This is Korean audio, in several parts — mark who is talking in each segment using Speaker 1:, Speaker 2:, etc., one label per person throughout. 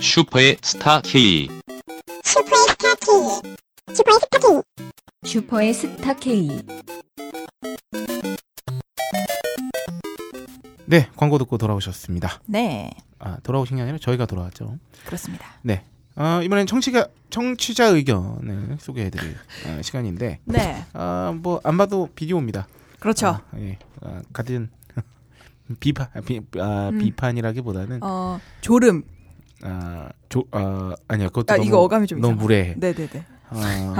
Speaker 1: 슈퍼의 스타 K.
Speaker 2: 슈퍼의 스타 K 슈퍼의 스타 K
Speaker 3: 슈퍼의 스타 K.
Speaker 4: 네, 광고 듣고 돌아오셨습니다.
Speaker 5: 네,
Speaker 4: 아, 돌아오신 게 아니라 저희가 돌아왔죠.
Speaker 5: 그렇습니다.
Speaker 4: 아, 이번엔 청취가 청취자 의견을 소개해드릴 아, 시간인데,
Speaker 5: 네,
Speaker 4: 아, 뭐 안 봐도 비디오입니다.
Speaker 5: 그렇죠.
Speaker 4: 아, 예, 아, 같은 비판, 아, 비, 아,
Speaker 5: 음.
Speaker 4: 비판이라기보다는
Speaker 5: 어, 조름.
Speaker 4: 아, 조, 아, 아니야, 그것도
Speaker 5: 아,
Speaker 4: 너무,
Speaker 5: 이거 어감이 좀
Speaker 4: 너무
Speaker 5: 이상하다.
Speaker 4: 무례해.
Speaker 5: 네, 네, 네.
Speaker 4: 아,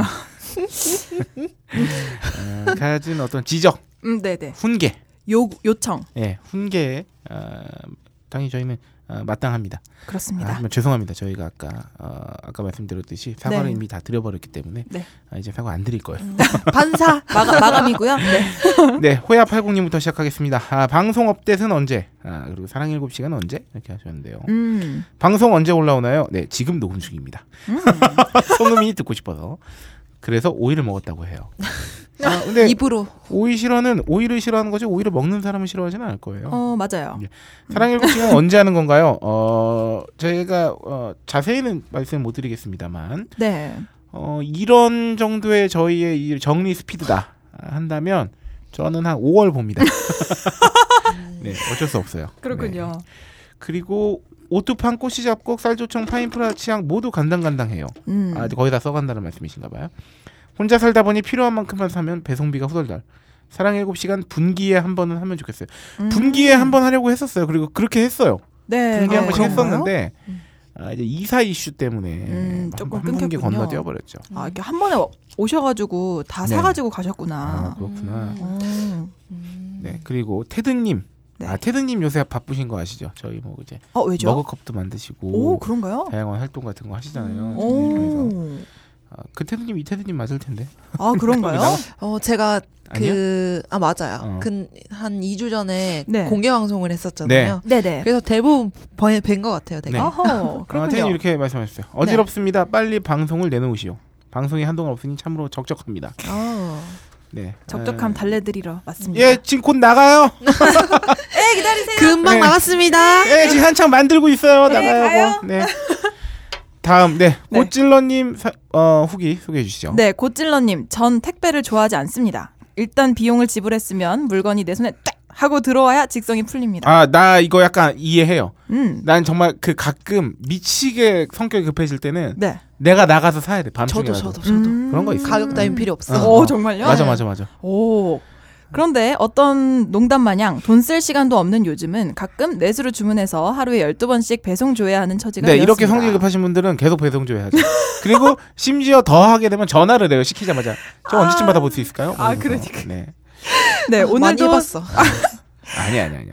Speaker 4: 아, 가진 어떤 지적,
Speaker 5: 음, 네, 네.
Speaker 4: 훈계,
Speaker 5: 요 요청.
Speaker 4: 예, 훈계, 아, 당연히 저희는 아, 마땅합니다. 아,
Speaker 5: 그렇습니다.
Speaker 4: 하지만 죄송합니다. 저희가 아까 어, 아까 말씀드렸듯이 사과를
Speaker 5: 네.
Speaker 4: 이미 다 드려버렸기 때문에
Speaker 5: 네.
Speaker 4: 아, 이제 사과 안 드릴 거예요.
Speaker 5: 반사 마감, 마감이고요. 네.
Speaker 4: 네, 호야 80님부터 시작하겠습니다. 아, 방송 업데이트는 언제? 아, 그리고 사랑 7시간은 언제? 이렇게 하셨는데요.
Speaker 5: 음.
Speaker 4: 방송 언제 올라오나요? 네, 지금 녹음 중입니다. 성음이 듣고 싶어서. 그래서 오이를 먹었다고 해요. 아, 근데
Speaker 5: 입으로.
Speaker 4: 오이 싫어는 오이를 싫어하는 거지 오이를 먹는 사람은 싫어하진 않을 거예요.
Speaker 5: 어, 맞아요.
Speaker 4: 네. 사랑 7시간 언제 하는 건가요? 어, 저희가 어, 자세히는 말씀 못 드리겠습니다만
Speaker 5: 네.
Speaker 4: 어, 이런 정도의 저희의 이 정리 스피드다 한다면 저는 한 5월 봅니다. 네, 어쩔 수 없어요. 네.
Speaker 5: 그렇군요.
Speaker 4: 그리고 오뚜팡 꼬시잡곡 쌀조청 파인프라 치약 모두 간당간당해요.
Speaker 5: 음.
Speaker 4: 아, 거의 다 써간다는 말씀이신가 봐요. 혼자 살다 보니 필요한 만큼만 사면 배송비가 후덜덜. 사랑 7시간 분기에 한 번은 하면 좋겠어요.
Speaker 5: 음.
Speaker 4: 분기에 한 번 하려고 했었어요. 그리고 그렇게 했어요.
Speaker 5: 네.
Speaker 4: 분기 한 번씩
Speaker 5: 그런가요?
Speaker 4: 했었는데 아, 이제 이사 이슈 때문에
Speaker 5: 음,
Speaker 4: 한-
Speaker 5: 조금
Speaker 4: 한 분기
Speaker 5: 끊겼군요.
Speaker 4: 건너뛰어 버렸죠.
Speaker 5: 아, 이렇게 한 번에 오셔가지고 다
Speaker 4: 네.
Speaker 5: 사가지고
Speaker 4: 아,
Speaker 5: 가셨구나.
Speaker 4: 그렇구나.
Speaker 5: 어.
Speaker 4: 네 그리고 테드님
Speaker 5: 네.
Speaker 4: 아 테드님 요새 바쁘신 거 아시죠? 저희 뭐 이제
Speaker 5: 어, 왜죠?
Speaker 4: 머그컵도 만드시고
Speaker 5: 오, 그런가요? 음.
Speaker 4: 다양한 활동 같은 거 하시잖아요.
Speaker 5: 오.
Speaker 4: 테드님께서. 아, 그 테드님 이 테드님 맞을 텐데
Speaker 5: 아, 그런가요?
Speaker 6: 어, 제가
Speaker 4: 아니요?
Speaker 6: 그, 아, 맞아요.
Speaker 4: 어.
Speaker 6: 근한 2주 전에
Speaker 5: 네.
Speaker 6: 공개 방송을 했었잖아요.
Speaker 5: 네네.
Speaker 6: 그래서 대부분 뵌것 같아요, 되게.
Speaker 4: 네.
Speaker 5: 어허,
Speaker 4: 아, 테드님
Speaker 5: 그렇군요. 네.
Speaker 4: 이렇게 말씀하셨어요. 어지럽습니다. 빨리 방송을 내놓으시오. 방송이 한동안 없으니 참으로 적적합니다.
Speaker 6: 어.
Speaker 4: 네
Speaker 5: 적적함
Speaker 4: 아,
Speaker 5: 달래드리러 왔습니다.
Speaker 4: 예 지금 곧 나가요.
Speaker 6: 금방
Speaker 4: 네.
Speaker 6: 나갔습니다.
Speaker 4: 예 지금 한창 만들고 있어요. 나가요. 뭐. 네 다음 네
Speaker 5: 네.
Speaker 4: 꽃질러님 사- 어, 후기 소개해 주시죠.
Speaker 5: 네, 곧질러님, 전 택배를 좋아하지 않습니다. 일단 비용을 지불했으면 물건이 내 손에 딱 하고 들어와야 직성이 풀립니다.
Speaker 4: 아 나 이거 약간 이해해요.
Speaker 5: 음,
Speaker 4: 난 정말 그 가끔 미치게 성격이 급해질 때는
Speaker 5: 네.
Speaker 4: 내가 나가서 사야 돼 밤중에
Speaker 6: 저도, 저도, 저도.
Speaker 5: 음. 네,
Speaker 4: 그런 거 있어요.
Speaker 6: 가격 따윈 필요 없어.
Speaker 5: 오, 정말요?
Speaker 4: 맞아 맞아 맞아
Speaker 5: 오. 그런데 어떤 농담 마냥 돈 쓸 시간도 없는 요즘은 가끔 내수로 주문해서 하루에 12번씩 배송 줘야 하는 처지가
Speaker 4: 네
Speaker 5: 되었습니다.
Speaker 4: 이렇게 성질 급하신 분들은 계속 배송 줘야죠 그리고 심지어 더 하게 되면 전화를 해요 시키자마자 저 언제쯤 받아볼 수 있을까요?
Speaker 5: 아,
Speaker 4: 그래서,
Speaker 5: 그러니까.
Speaker 4: 네
Speaker 5: 네,
Speaker 6: 많이
Speaker 5: 오늘도
Speaker 6: 해봤어.
Speaker 4: 아니 아니 아니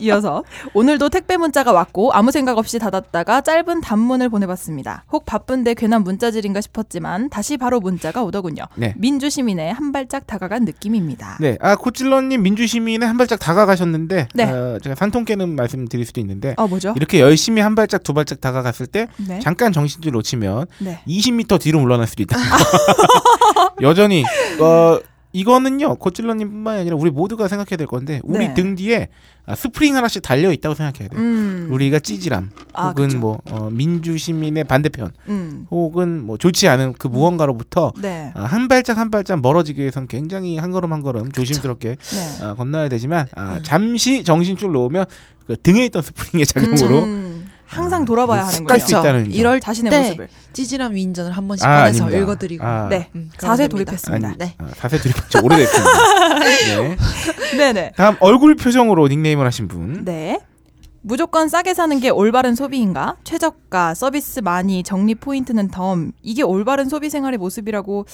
Speaker 5: 이어서 오늘도 택배 문자가 왔고 아무 생각 없이 닫았다가 짧은 단문을 보내봤습니다. 혹 바쁜데 괜한 문자질인가 싶었지만 다시 바로 문자가 오더군요.
Speaker 4: 네.
Speaker 5: 민주 시민의 한 발짝 다가간 느낌입니다.
Speaker 4: 네아 코찔러님 민주시민에 한 발짝 다가가셨는데
Speaker 5: 네.
Speaker 4: 어, 제가 산통 깨는 말씀 드릴 수도 있는데
Speaker 5: 아 뭐죠?
Speaker 4: 이렇게 열심히 한 발짝 두 발짝 다가갔을 때
Speaker 5: 네.
Speaker 4: 잠깐 정신줄 놓치면
Speaker 5: 네.
Speaker 4: 20m 뒤로 물러날 수도 있다. 여전히 어 이거는요 고찔러님뿐만이 아니라 우리 모두가 생각해야 될 건데 우리
Speaker 5: 네.
Speaker 4: 등 뒤에 아, 스프링 하나씩 달려 있다고 생각해야 돼요.
Speaker 5: 음.
Speaker 4: 네. 우리가 찌질함
Speaker 5: 아,
Speaker 4: 혹은
Speaker 5: 그쵸.
Speaker 4: 뭐 어, 민주 시민의 반대편
Speaker 5: 음.
Speaker 4: 혹은 뭐 좋지 않은 그 무언가로부터
Speaker 5: 네.
Speaker 4: 아, 한 발짝 한 발짝 멀어지기 위해선 굉장히 한 걸음 한 걸음 조심스럽게
Speaker 5: 네.
Speaker 4: 아, 건너야 되지만 아,
Speaker 5: 음.
Speaker 4: 잠시 정신줄 놓으면 그 등에 있던 스프링의 작용으로
Speaker 5: 음. 항상 돌아봐야
Speaker 4: 습관이
Speaker 5: 하는군요.
Speaker 4: 수 있다는 점.
Speaker 6: 이럴
Speaker 5: 자신의
Speaker 6: 때
Speaker 5: 모습을.
Speaker 6: 그렇죠. 네. 찌질한 위인전을 한 번씩
Speaker 4: 아,
Speaker 6: 꺼내서
Speaker 4: 아닙니다.
Speaker 6: 읽어드리고.
Speaker 4: 아,
Speaker 5: 네.
Speaker 6: 음, 그러면
Speaker 5: 자세
Speaker 6: 됩니다.
Speaker 5: 돌입했습니다.
Speaker 4: 아니,
Speaker 6: 네.
Speaker 4: 아, 사세 드립한 지 오래됐습니다. 네.
Speaker 5: 네네.
Speaker 4: 다음 얼굴 표정으로 닉네임을 하신 분.
Speaker 5: 네. 무조건 싸게 사는 게 올바른 소비인가? 최저가, 서비스 많이, 정리 포인트는 덤. 이게 올바른 소비 생활의 모습이라고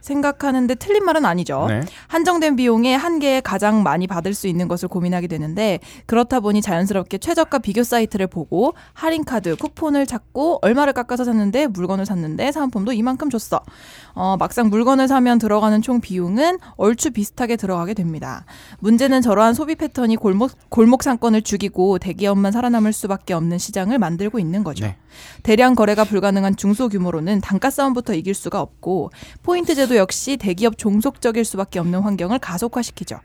Speaker 5: 생각하는데 틀린 말은 아니죠.
Speaker 4: 네.
Speaker 5: 한정된 비용에 한계에 가장 많이 받을 수 있는 것을 고민하게 되는데 그렇다 보니 자연스럽게 최저가 비교 사이트를 보고 할인 카드 쿠폰을 찾고 얼마를 깎아서 샀는데 물건을 샀는데 사은품도 이만큼 줬어. 어, 막상 물건을 사면 들어가는 총 비용은 얼추 비슷하게 들어가게 됩니다. 문제는 저러한 소비 패턴이 골목 골목 상권을 죽이고 대기업만 살아남을 수밖에 없는 시장을 만들고 있는 거죠.
Speaker 4: 네.
Speaker 5: 대량 거래가 불가능한 중소 규모로는 단가 싸움부터 이길 수가 없고 포인트 제도 역시 대기업 종속적일 수밖에 없는 환경을 가속화시키죠.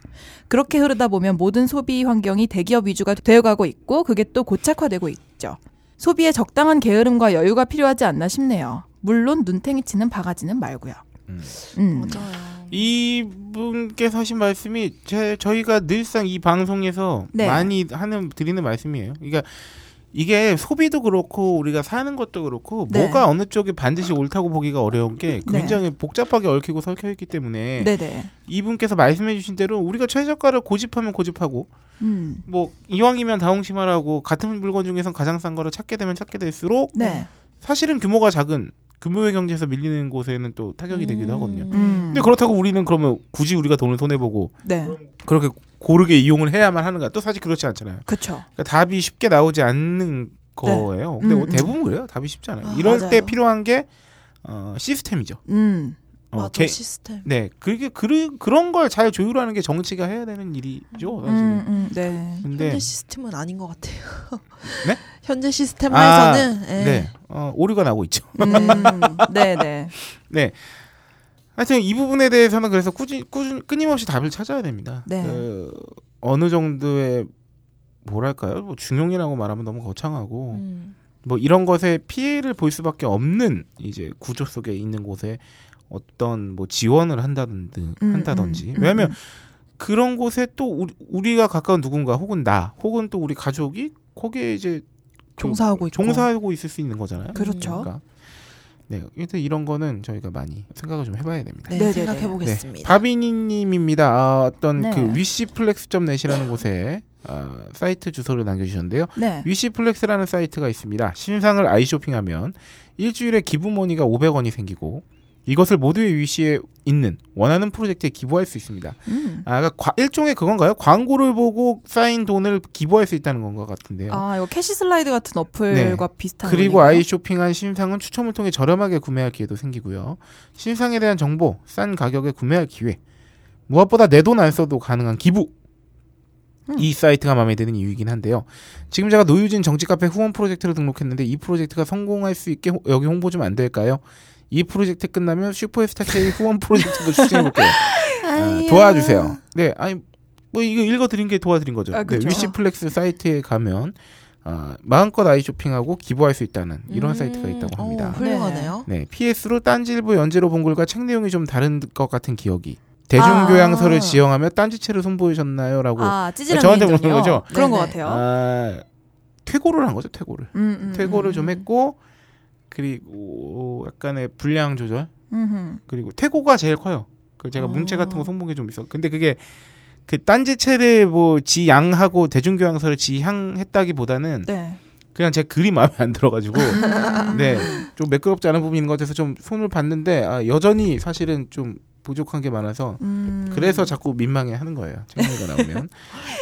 Speaker 5: 그렇게 흐르다 보면 모든 소비 환경이 대기업 위주가 되어가고 있고 그게 또 고착화되고 있죠. 소비에 적당한 게으름과 여유가 필요하지 않나 싶네요. 물론 눈탱이 치는 바가지는 말고요.
Speaker 4: 음.
Speaker 6: 어,
Speaker 5: 음.
Speaker 6: 맞아요.
Speaker 4: 이분께서 하신 말씀이 제, 저희가 늘상 이 방송에서
Speaker 5: 네.
Speaker 4: 많이 하는 드리는 말씀이에요. 그러니까 이게 소비도 그렇고 우리가 사는 것도 그렇고
Speaker 5: 네.
Speaker 4: 뭐가 어느 쪽이 반드시 옳다고 보기가 어려운 게
Speaker 5: 네.
Speaker 4: 굉장히 복잡하게 얽히고 설켜 있기 때문에
Speaker 5: 네네.
Speaker 4: 이분께서 말씀해 주신 대로 우리가 최저가를 고집하면 고집하고
Speaker 5: 음.
Speaker 4: 뭐 이왕이면 다홍심화라고 같은 물건 중에선 가장 싼 거를 찾게 되면 찾게 될수록
Speaker 5: 네.
Speaker 4: 사실은 규모가 작은 규모의 경제에서 밀리는 곳에는 또 타격이 되기도 하거든요.
Speaker 5: 음.
Speaker 4: 근데 그렇다고 우리는 그러면 굳이 우리가 돈을 손해 보고
Speaker 5: 네.
Speaker 4: 그렇게 고르게 이용을 해야만 하는가? 또 사실 그렇지 않잖아요.
Speaker 5: 그쵸.
Speaker 4: 그러니까 답이 쉽게 나오지 않는 거예요. 근데
Speaker 5: 음,
Speaker 4: 뭐
Speaker 5: 음.
Speaker 4: 대부분 그래요. 답이 쉽지 않아요.
Speaker 6: 네. 아,
Speaker 4: 이럴
Speaker 6: 맞아요.
Speaker 4: 때 필요한 게 어, 시스템이죠.
Speaker 5: 음.
Speaker 4: 어,
Speaker 6: 맞아
Speaker 4: 개-
Speaker 6: 시스템.
Speaker 4: 네, 그게 그, 그런 걸 잘 조율하는 게 정치가 해야 되는 일이죠. 사실은.
Speaker 5: 음, 음. 네.
Speaker 4: 근데
Speaker 6: 현재 시스템은 아닌 것 같아요.
Speaker 4: 네?
Speaker 6: 현재
Speaker 4: 아,
Speaker 6: 시스템에서는 예.
Speaker 4: 네, 어, 오류가 나고 있죠.
Speaker 5: 음. 네네.
Speaker 4: 네. 하여튼 이 부분에 대해서는 그래서 꾸준, 꾸준 끊임없이 답을 찾아야 됩니다.
Speaker 5: 네.
Speaker 4: 그 어느 정도의 뭐랄까요? 뭐 중용이라고 말하면 너무 거창하고
Speaker 6: 음.
Speaker 4: 뭐 이런 것에 피해를 볼 수밖에 없는 이제 구조 속에 있는 곳에 어떤 뭐 지원을 한다든지
Speaker 5: 음,
Speaker 4: 한다든지
Speaker 5: 음, 음,
Speaker 4: 왜냐하면
Speaker 5: 음.
Speaker 4: 그런 곳에 또 우리, 우리가 가까운 누군가 혹은 나 혹은 또 우리 가족이 거기에 이제
Speaker 6: 종사하고 있고.
Speaker 4: 종사하고 있을 수 있는 거잖아요.
Speaker 5: 그렇죠.
Speaker 4: 그러니까 네, 일단 이런 거는 저희가 많이 생각을 좀 해봐야 됩니다.
Speaker 6: 네,
Speaker 5: 네네네.
Speaker 6: 생각해 보겠습니다.
Speaker 4: 바비니님입니다. 아, 어떤
Speaker 5: 네.
Speaker 4: 그 위시플렉스.net이라는 곳에 아, 사이트 주소를 남겨주셨는데요.
Speaker 5: 네.
Speaker 4: 위시플렉스라는 사이트가 있습니다. 신상을 아이쇼핑하면 일주일에 기부모니가 500원이 생기고 이것을 모두의 위시에 있는 원하는 프로젝트에 기부할 수 있습니다.
Speaker 5: 음.
Speaker 4: 아, 그러니까 과- 일종의 그건가요? 광고를 보고 쌓인 돈을 기부할 수 있다는 건가 같은데요.
Speaker 6: 어,
Speaker 5: 아, 이거 캐시 슬라이드 같은 어플과 비슷한.
Speaker 4: 그리고
Speaker 5: 거네요.
Speaker 4: 아이쇼핑한 신상은 추첨을 통해 저렴하게 구매할 기회도 생기고요. 신상에 대한 정보, 싼 가격에 구매할 기회, 무엇보다 내 돈 안 써도 가능한 기부.
Speaker 5: 음.
Speaker 4: 이 사이트가 마음에 드는 이유이긴 한데요. 지금 제가 노유진 정치 카페 후원 프로젝트를 등록했는데 이 프로젝트가 성공할 수 있게 호- 여기 홍보 좀 안 될까요? 이 프로젝트 끝나면 슈퍼스타 K 후원 프로젝트도 추진해 볼게요. 아, 도와주세요. 네, 아니 뭐 이거 읽어드린 게 도와드린 거죠.
Speaker 5: 아,
Speaker 4: 네,
Speaker 5: 그쵸.
Speaker 4: 위시플렉스 사이트에 가면 아, 마음껏 아이쇼핑하고 기부할 수 있다는 이런
Speaker 6: 음.
Speaker 4: 사이트가 있다고
Speaker 6: 오,
Speaker 4: 합니다.
Speaker 6: 훌륭하네요.
Speaker 4: 네, PS로 딴지일보 연재로 본 글과 책 내용이 좀 다른 것 같은 기억이. 대중교양서를
Speaker 6: 아.
Speaker 4: 지영하며 딴지체를 선보이셨나요라고. 아,
Speaker 5: 아, 찌질한
Speaker 4: 저한테
Speaker 5: 개인정이요?
Speaker 4: 물어보는 거죠?
Speaker 5: 그런 것
Speaker 6: 네네.
Speaker 5: 같아요.
Speaker 4: 퇴고를 한 거죠, 퇴고를.
Speaker 5: 음, 음,
Speaker 4: 퇴고를
Speaker 5: 음.
Speaker 4: 좀 했고 그리고 약간의 분량 조절
Speaker 5: 음,
Speaker 4: 그리고 태고가 제일 커요. 그 제가
Speaker 6: 어.
Speaker 4: 문체 같은 거 손본 게 좀 있어. 근데 그게 그 딴지체를 뭐 지양하고 대중교양서를 지향했다기보다는
Speaker 5: 네.
Speaker 4: 그냥 제 글이 마음에 안 들어가지고
Speaker 5: 음.
Speaker 4: 네 좀 매끄럽지 않은 부분인 것 같아서 좀 손을 봤는데 아, 여전히 사실은 좀 부족한 게 많아서
Speaker 5: 음.
Speaker 4: 그래서 자꾸 민망해 하는 거예요. 책무가 나오면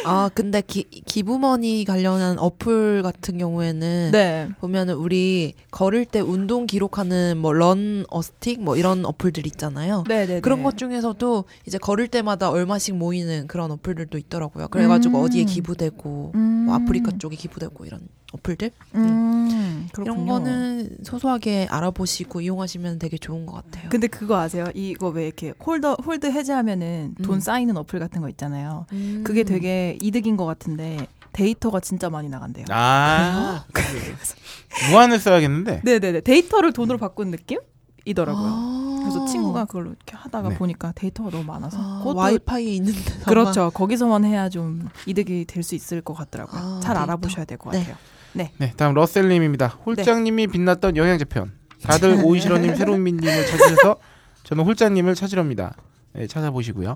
Speaker 6: 아 근데 기, 기부머니 관련한 어플 같은 경우에는
Speaker 5: 네.
Speaker 6: 보면은 우리 걸을 때 운동 기록하는 뭐 런 어스틱 뭐 이런 어플들 있잖아요.
Speaker 5: 네, 네.
Speaker 6: 그런 것 중에서도 이제 걸을 때마다 얼마씩 모이는 그런 어플들도 있더라고요. 그래가지고
Speaker 5: 음.
Speaker 6: 어디에 기부되고
Speaker 5: 음.
Speaker 6: 뭐 아프리카 쪽에 기부되고 이런 어플들
Speaker 5: 음. 그렇군요.
Speaker 6: 이런 거는 소소하게 알아보시고 이용하시면 되게 좋은 것 같아요.
Speaker 5: 근데 그거 아세요? 이거 왜 이렇게 홀더 홀드 해제하면은 돈
Speaker 6: 음.
Speaker 5: 쌓이는 어플 같은 거 있잖아요.
Speaker 6: 음.
Speaker 5: 그게 되게 이득인 것 같은데 데이터가 진짜 많이 나간대요.
Speaker 4: 아 네. 무한을 써야겠는데
Speaker 5: 네네네 데이터를 돈으로 바꾼 느낌이더라고요.
Speaker 6: 아.
Speaker 5: 그래서 친구가 그걸로 이렇게 하다가
Speaker 4: 네.
Speaker 5: 보니까 데이터가 너무 많아서
Speaker 6: 아,
Speaker 5: 그것도
Speaker 6: 와이파이에 있는데
Speaker 5: 그렇죠. 거기서만 해야 좀 이득이 될 수 있을 것 같더라고요.
Speaker 6: 아,
Speaker 5: 잘
Speaker 6: 데이터.
Speaker 5: 알아보셔야 될 것
Speaker 6: 네.
Speaker 5: 같아요.
Speaker 4: 네 다음 러셀님입니다. 홀장님이 빛났던 영양제 편. 다들 오이시러님, 새로운민님을 찾으셔서 저는 홀장님을 찾으렵니다. 네, 찾아보시고요.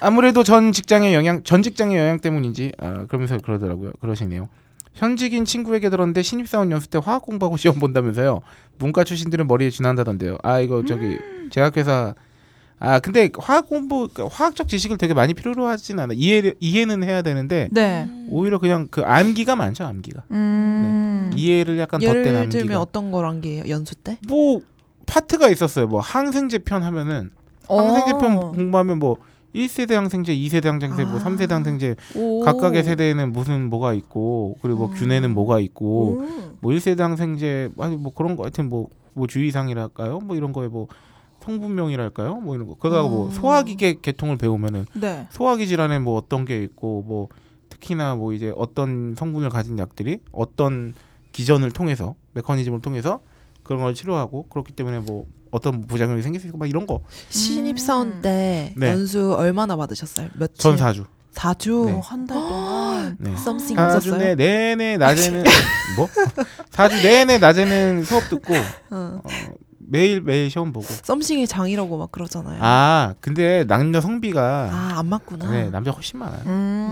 Speaker 4: 아무래도 전 직장의 영향, 전 직장의 영향 때문인지 아, 그러면서 그러더라고요. 그러시네요. 현직인 친구에게 들었는데 신입사원 연수 때 화학 공부하고 시험 본다면서요. 문과 출신들은 머리에 지난다던데요. 아 이거 저기 제약회사 아 근데 화학 공부 그러니까 화학적 지식을 되게 많이 필요로 하진 않아 이해 이해는 해야 되는데
Speaker 5: 네.
Speaker 4: 오히려 그냥 그 암기가 많죠 암기가
Speaker 5: 음.
Speaker 4: 이해를 약간
Speaker 6: 예를
Speaker 4: 덧댄 암기가
Speaker 6: 들면 어떤 거란 게 연수 때?
Speaker 4: 뭐 파트가 있었어요. 뭐 항생제 편 하면은
Speaker 6: 어.
Speaker 4: 항생제 편
Speaker 5: 어.
Speaker 4: 공부하면 뭐 1세대 항생제, 2세대 항생제, 뭐
Speaker 6: 아.
Speaker 4: 3세대 항생제
Speaker 5: 오.
Speaker 4: 음, 각각의 세대에는 무슨 뭐가 있고 그리고 뭐
Speaker 6: 음.
Speaker 4: 균에는 뭐가 있고
Speaker 5: 오.
Speaker 4: 뭐 1세대 항생제 아니 뭐 그런 거 하여튼 뭐, 뭐 주의사항이랄까요? 뭐 이런 거에 뭐 성분명이랄까요? 뭐 이런 거. 그러다가 뭐
Speaker 6: 음.
Speaker 4: 소화기계 계통을 배우면은
Speaker 5: 네.
Speaker 4: 소화기 질환에 뭐 어떤 게 있고 뭐 특히나 뭐 이제 어떤 성분을 가진 약들이 어떤 기전을 통해서 메커니즘을 통해서 그런 걸 치료하고 그렇기 때문에 뭐 어떤 부작용이 생길 수 있고 막 이런 거
Speaker 6: 신입 사원 때
Speaker 4: 네.
Speaker 6: 연수 얼마나 받으셨어요? 며칠?
Speaker 4: 전사주.
Speaker 6: 4주.
Speaker 4: 네.
Speaker 5: 한 달 동안
Speaker 4: 네. 사주
Speaker 6: 썸씽
Speaker 4: 내
Speaker 6: 없었어요.
Speaker 4: 내내 낮에는 뭐? 사주 내내 낮에는 수업 듣고
Speaker 6: 어.
Speaker 4: 어, 매일 매일 시험 보고.
Speaker 6: 썸씽이 장이라고 막 그러잖아요. 아,
Speaker 4: 아 근데 남녀 성비가
Speaker 6: 안 맞구나.
Speaker 4: 네 남자 훨씬 많아요.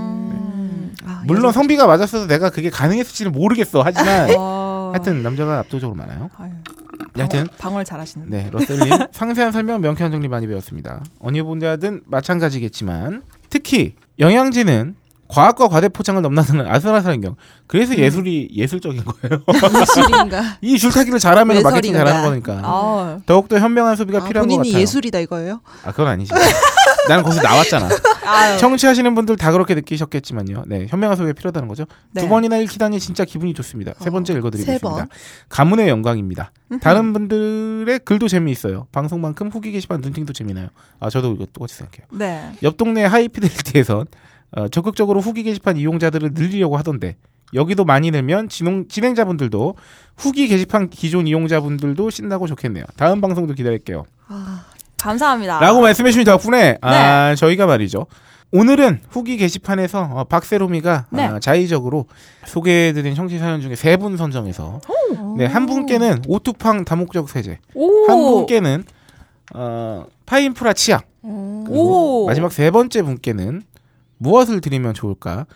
Speaker 5: 음.
Speaker 6: 아,
Speaker 4: 물론
Speaker 6: 여자-
Speaker 4: 성비가 맞았어도 내가 그게 가능했을지는 모르겠어. 하지만
Speaker 5: 와.
Speaker 4: 네. 하여튼 남자가 압도적으로 많아요.
Speaker 5: 아. 아유,
Speaker 4: 하여튼
Speaker 5: 방어- 방어를 잘하시는.
Speaker 4: 네 러셀님 상세한 설명 명쾌한 정리 많이 배웠습니다. 어느 분야든 마찬가지겠지만 특히 영양제는 과학과 과대 포장을 넘나드는 아슬아슬한 경.
Speaker 6: 음.
Speaker 4: 그래서 예술이 예술적인 거예요.
Speaker 6: 예술인가?
Speaker 4: 이 줄타기를 잘하면 마케팅
Speaker 6: 예술인가?
Speaker 4: 잘하는 거니까.
Speaker 5: 아,
Speaker 4: 더욱더 현명한 소비가
Speaker 6: 아,
Speaker 4: 필요한 것
Speaker 6: 본인이
Speaker 4: 같아요.
Speaker 6: 예술이다 이거예요?
Speaker 4: 아 그건 아니지. 나는 거기서 나왔잖아. 청취하시는 분들 다 그렇게 느끼셨겠지만요. 네, 현명한 소비가 필요하다는 거죠.
Speaker 5: 네.
Speaker 4: 두 번이나 읽히다니 진짜 기분이 좋습니다. 세
Speaker 6: 네. 어,
Speaker 4: 번째
Speaker 6: 세
Speaker 4: 읽어드리겠습니다.
Speaker 6: 번.
Speaker 4: 가문의 영광입니다. 다른 분들의 글도 재미있어요. 방송만큼 후기 게시판 눈팅도 재미나요. 아 저도 이거 똑같이 생각해요.
Speaker 5: 네.
Speaker 4: 옆 동네 하이피델리티에선 어, 적극적으로 후기 게시판 이용자들을 늘리려고 하던데 여기도 많이 늘면 진행, 진행자분들도 후기 게시판 기존 이용자분들도 신나고 좋겠네요. 다음 방송도 기다릴게요.
Speaker 6: 아,
Speaker 5: 감사합니다. 네.
Speaker 4: 라고 말씀해 주신 덕분에 아, 저희가 말이죠. 오늘은 후기 게시판에서 어, 박세롬이가
Speaker 5: 네.
Speaker 4: 아, 자의적으로 소개해드린 청취 사연 중에 세 분 선정해서 네, 한 분께는 오투팡 다목적 세제,
Speaker 5: 오.
Speaker 4: 한 분께는 어, 파인프라 치약, 그리고
Speaker 5: 오.
Speaker 4: 마지막 세 번째 분께는 무엇을 드리면 좋을까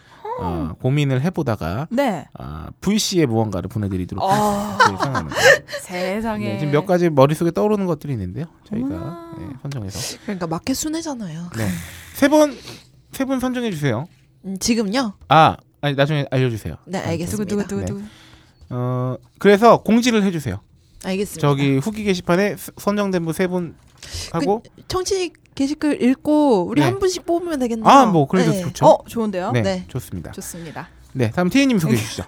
Speaker 4: 어, 고민을 해보다가
Speaker 5: 네.
Speaker 4: 아, VC의 무언가를 보내드리도록
Speaker 5: 아,
Speaker 4: 그렇게 생각합니다.
Speaker 5: 세상에.
Speaker 4: 네, 지금 몇 가지 머릿속에 떠오르는 것들이 있는데요. 저희가
Speaker 5: 어머나.
Speaker 4: 네, 선정해서
Speaker 6: 그러니까 마켓 순회잖아요.
Speaker 4: 네. 세 분, 세 분 선정해 주세요.
Speaker 6: 음, 지금요?
Speaker 4: 아, 아니 나중에 알려 주세요.
Speaker 6: 네, 알겠습니다.
Speaker 5: 누구 누구 누구
Speaker 4: 네.
Speaker 5: 누구.
Speaker 4: 어, 그래서 공지를 해 주세요.
Speaker 6: 알겠습니다.
Speaker 4: 저기 후기 게시판에 스- 선정된 분 세 분 하고
Speaker 6: 청취 게시글 읽고 우리
Speaker 4: 네.
Speaker 6: 한 분씩 뽑으면 되겠네요.
Speaker 4: 아, 뭐 그래도 좋죠.
Speaker 5: 어, 좋은데요?
Speaker 4: 네,
Speaker 6: 네.
Speaker 4: 좋습니다.
Speaker 5: 좋습니다.
Speaker 4: 네, 다음 티에 님 소개해 주시죠.